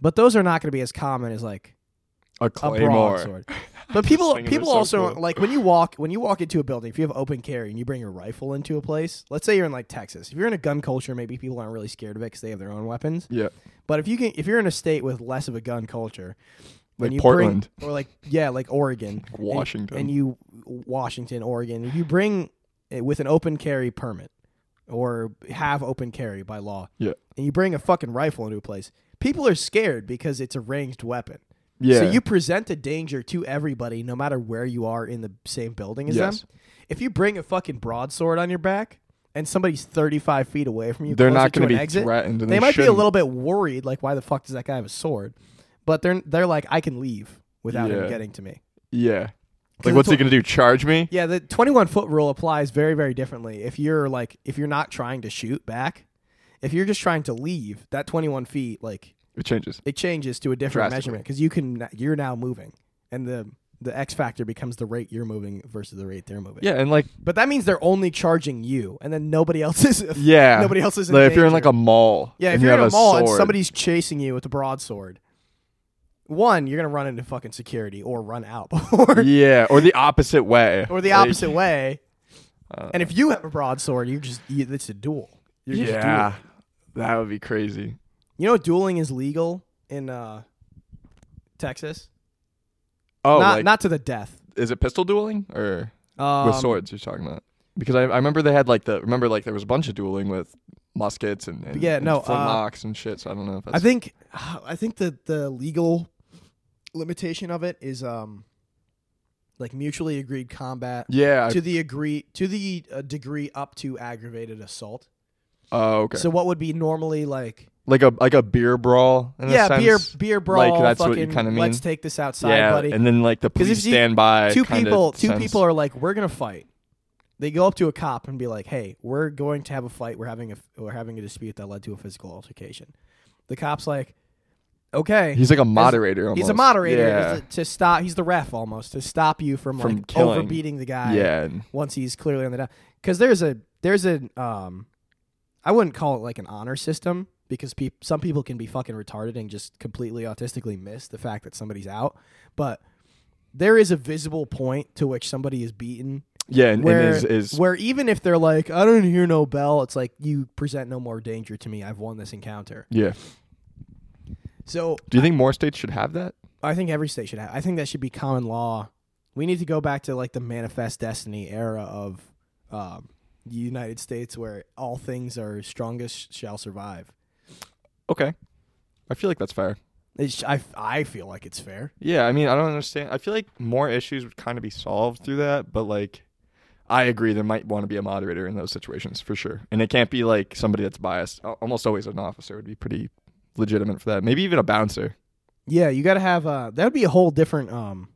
S3: But those are not going to be as common as like
S4: A
S3: a
S4: claymore.
S3: broadsword. But people
S4: thing is
S3: people
S4: so
S3: also
S4: cool.
S3: like when you walk when you walk into a building, if you have open carry and you bring your rifle into a place, let's say you're in like Texas. If you're in a gun culture, maybe people aren't really scared of it cuz they have their own weapons.
S4: Yeah.
S3: But if you can if you're in a state with less of a gun culture, when
S4: Like
S3: you
S4: Portland.
S3: bring, or like yeah, like Oregon, and-
S4: Washington.
S3: and you Washington, Oregon, if you bring it with an open carry permit or have open carry by law,
S4: Yeah.
S3: and you bring a fucking rifle into a place, people are scared because it's a ranged weapon.
S4: Yeah.
S3: So you present a danger to everybody, no matter where you are in the same building as
S4: Yes.
S3: them. If you bring a fucking broadsword on your back and somebody's thirty-five feet away from you,
S4: They're
S3: closer
S4: not
S3: to
S4: gonna
S3: an
S4: be
S3: exit,
S4: threatened, and
S3: They
S4: they
S3: might be a
S4: shouldn't.
S3: little bit worried, like why the fuck does that guy have a sword? But they're they're like, I can leave without him
S4: Yeah.
S3: getting to me.
S4: yeah.
S3: it's
S4: Like, what's he
S3: what-
S4: gonna do? Charge me?
S3: Yeah, the 21 foot rule applies very, very differently. If you're like, if you're not trying to shoot back, if you're just trying to leave, that 21 feet, like,
S4: It changes.
S3: it changes to a different
S4: Drastically.
S3: measurement because you can, you're now moving, and the the X factor becomes the rate you're moving versus the rate they're moving.
S4: Yeah, and like,
S3: but that means they're only charging you, and then nobody else is.
S4: yeah.
S3: (laughs) nobody else is. In
S4: Like, if you're in like
S3: danger.
S4: a mall.
S3: yeah, if
S4: and
S3: you're
S4: you
S3: in a
S4: have
S3: mall and
S4: sword,
S3: (laughs) somebody's chasing you with a broadsword, one, you're gonna run into fucking security or run out (laughs) before
S4: (laughs) Yeah, or the opposite way.
S3: or the
S4: Like,
S3: opposite way.
S4: uh,
S3: And if you have a broadsword, you just you, it's a duel. You're just
S4: yeah,
S3: dueling.
S4: that would be crazy.
S3: You know, dueling is legal in uh, Texas.
S4: Oh,
S3: not
S4: like,
S3: not to the death.
S4: is it pistol dueling or
S3: Um,
S4: with swords? You're talking about because I, I remember they had like the remember like there was a bunch of dueling with muskets and, and
S3: Yeah,
S4: and
S3: no, uh,
S4: flintlocks and shit. So I don't know if that's
S3: I think I think that the legal limitation of it is um like mutually agreed combat
S4: yeah. I-
S3: to the agree to the uh, degree up to aggravated assault.
S4: oh, okay.
S3: So what would be normally like
S4: like a like a beer brawl. In
S3: yeah
S4: a sense.
S3: beer beer brawl
S4: Like, that's
S3: fucking
S4: what you kinda mean?
S3: let's take this outside
S4: yeah,
S3: buddy.
S4: and then like the
S3: 'Cause if
S4: police
S3: you-
S4: stand by.
S3: two
S4: kinda
S3: people two
S4: sense.
S3: people are like we're gonna fight they go up to a cop and be like hey we're going to have a fight we're having a we're having a dispute that led to a physical altercation the cop's like okay
S4: He's like a moderator. almost.
S3: he's a moderator
S4: Yeah,
S3: to- to stop he's the ref almost to stop you from,
S4: From
S3: like
S4: killing.
S3: overbeating the guy
S4: yeah. and-
S3: once he's clearly on the down because there's a there's an um i wouldn't call it like an honor system because peop- some people can be fucking retarded and just completely autistically miss the fact that somebody's out but there is a visible point to which somebody is beaten
S4: yeah, and,
S3: where,
S4: and is is
S3: where even if they're like i don't hear no bell it's like you present no more danger to me i've won this encounter
S4: yeah.
S3: so
S4: Do you think more states should have that?
S3: I think every state should have. I think that should be common law. We need to go back to like the manifest destiny era of um, the United States, where all things are strongest shall survive.
S4: Okay, I feel like that's fair.
S3: It's, I I feel like it's fair.
S4: Yeah, I mean, I don't understand. I feel like more issues would kind of be solved through that, but like, I agree there might want to be a moderator in those situations for sure, and it can't be like somebody that's biased. Al- Almost always an officer would be pretty legitimate for that. Maybe even a bouncer,
S3: Yeah, you got to have. Uh, that would be a whole different um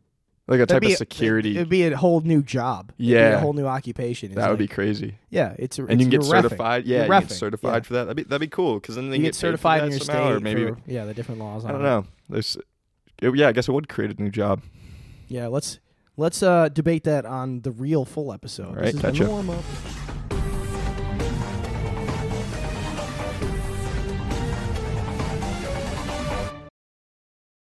S4: like a
S3: that'd
S4: type
S3: be
S4: of security.
S3: It'd be a whole new job. It'd be
S4: Yeah.
S3: a whole new occupation. It's
S4: that would be
S3: like-
S4: crazy,
S3: yeah. It's
S4: and you can get certified. Yeah, you get certified
S3: Yeah.
S4: for that. That'd be that'd be cool because then they
S3: You,
S4: can
S3: get,
S4: get, paid for
S3: certified
S4: that
S3: in your
S4: somehow,
S3: state.
S4: or maybe
S3: for- yeah, the different laws.
S4: I
S3: on
S4: don't
S3: it.
S4: know. There's, it- yeah, I guess it would create a new job.
S3: Yeah, let's let's uh, debate that on the real full episode.
S4: All right,
S3: this has
S4: catch
S3: been
S4: ya.
S3: the warm up.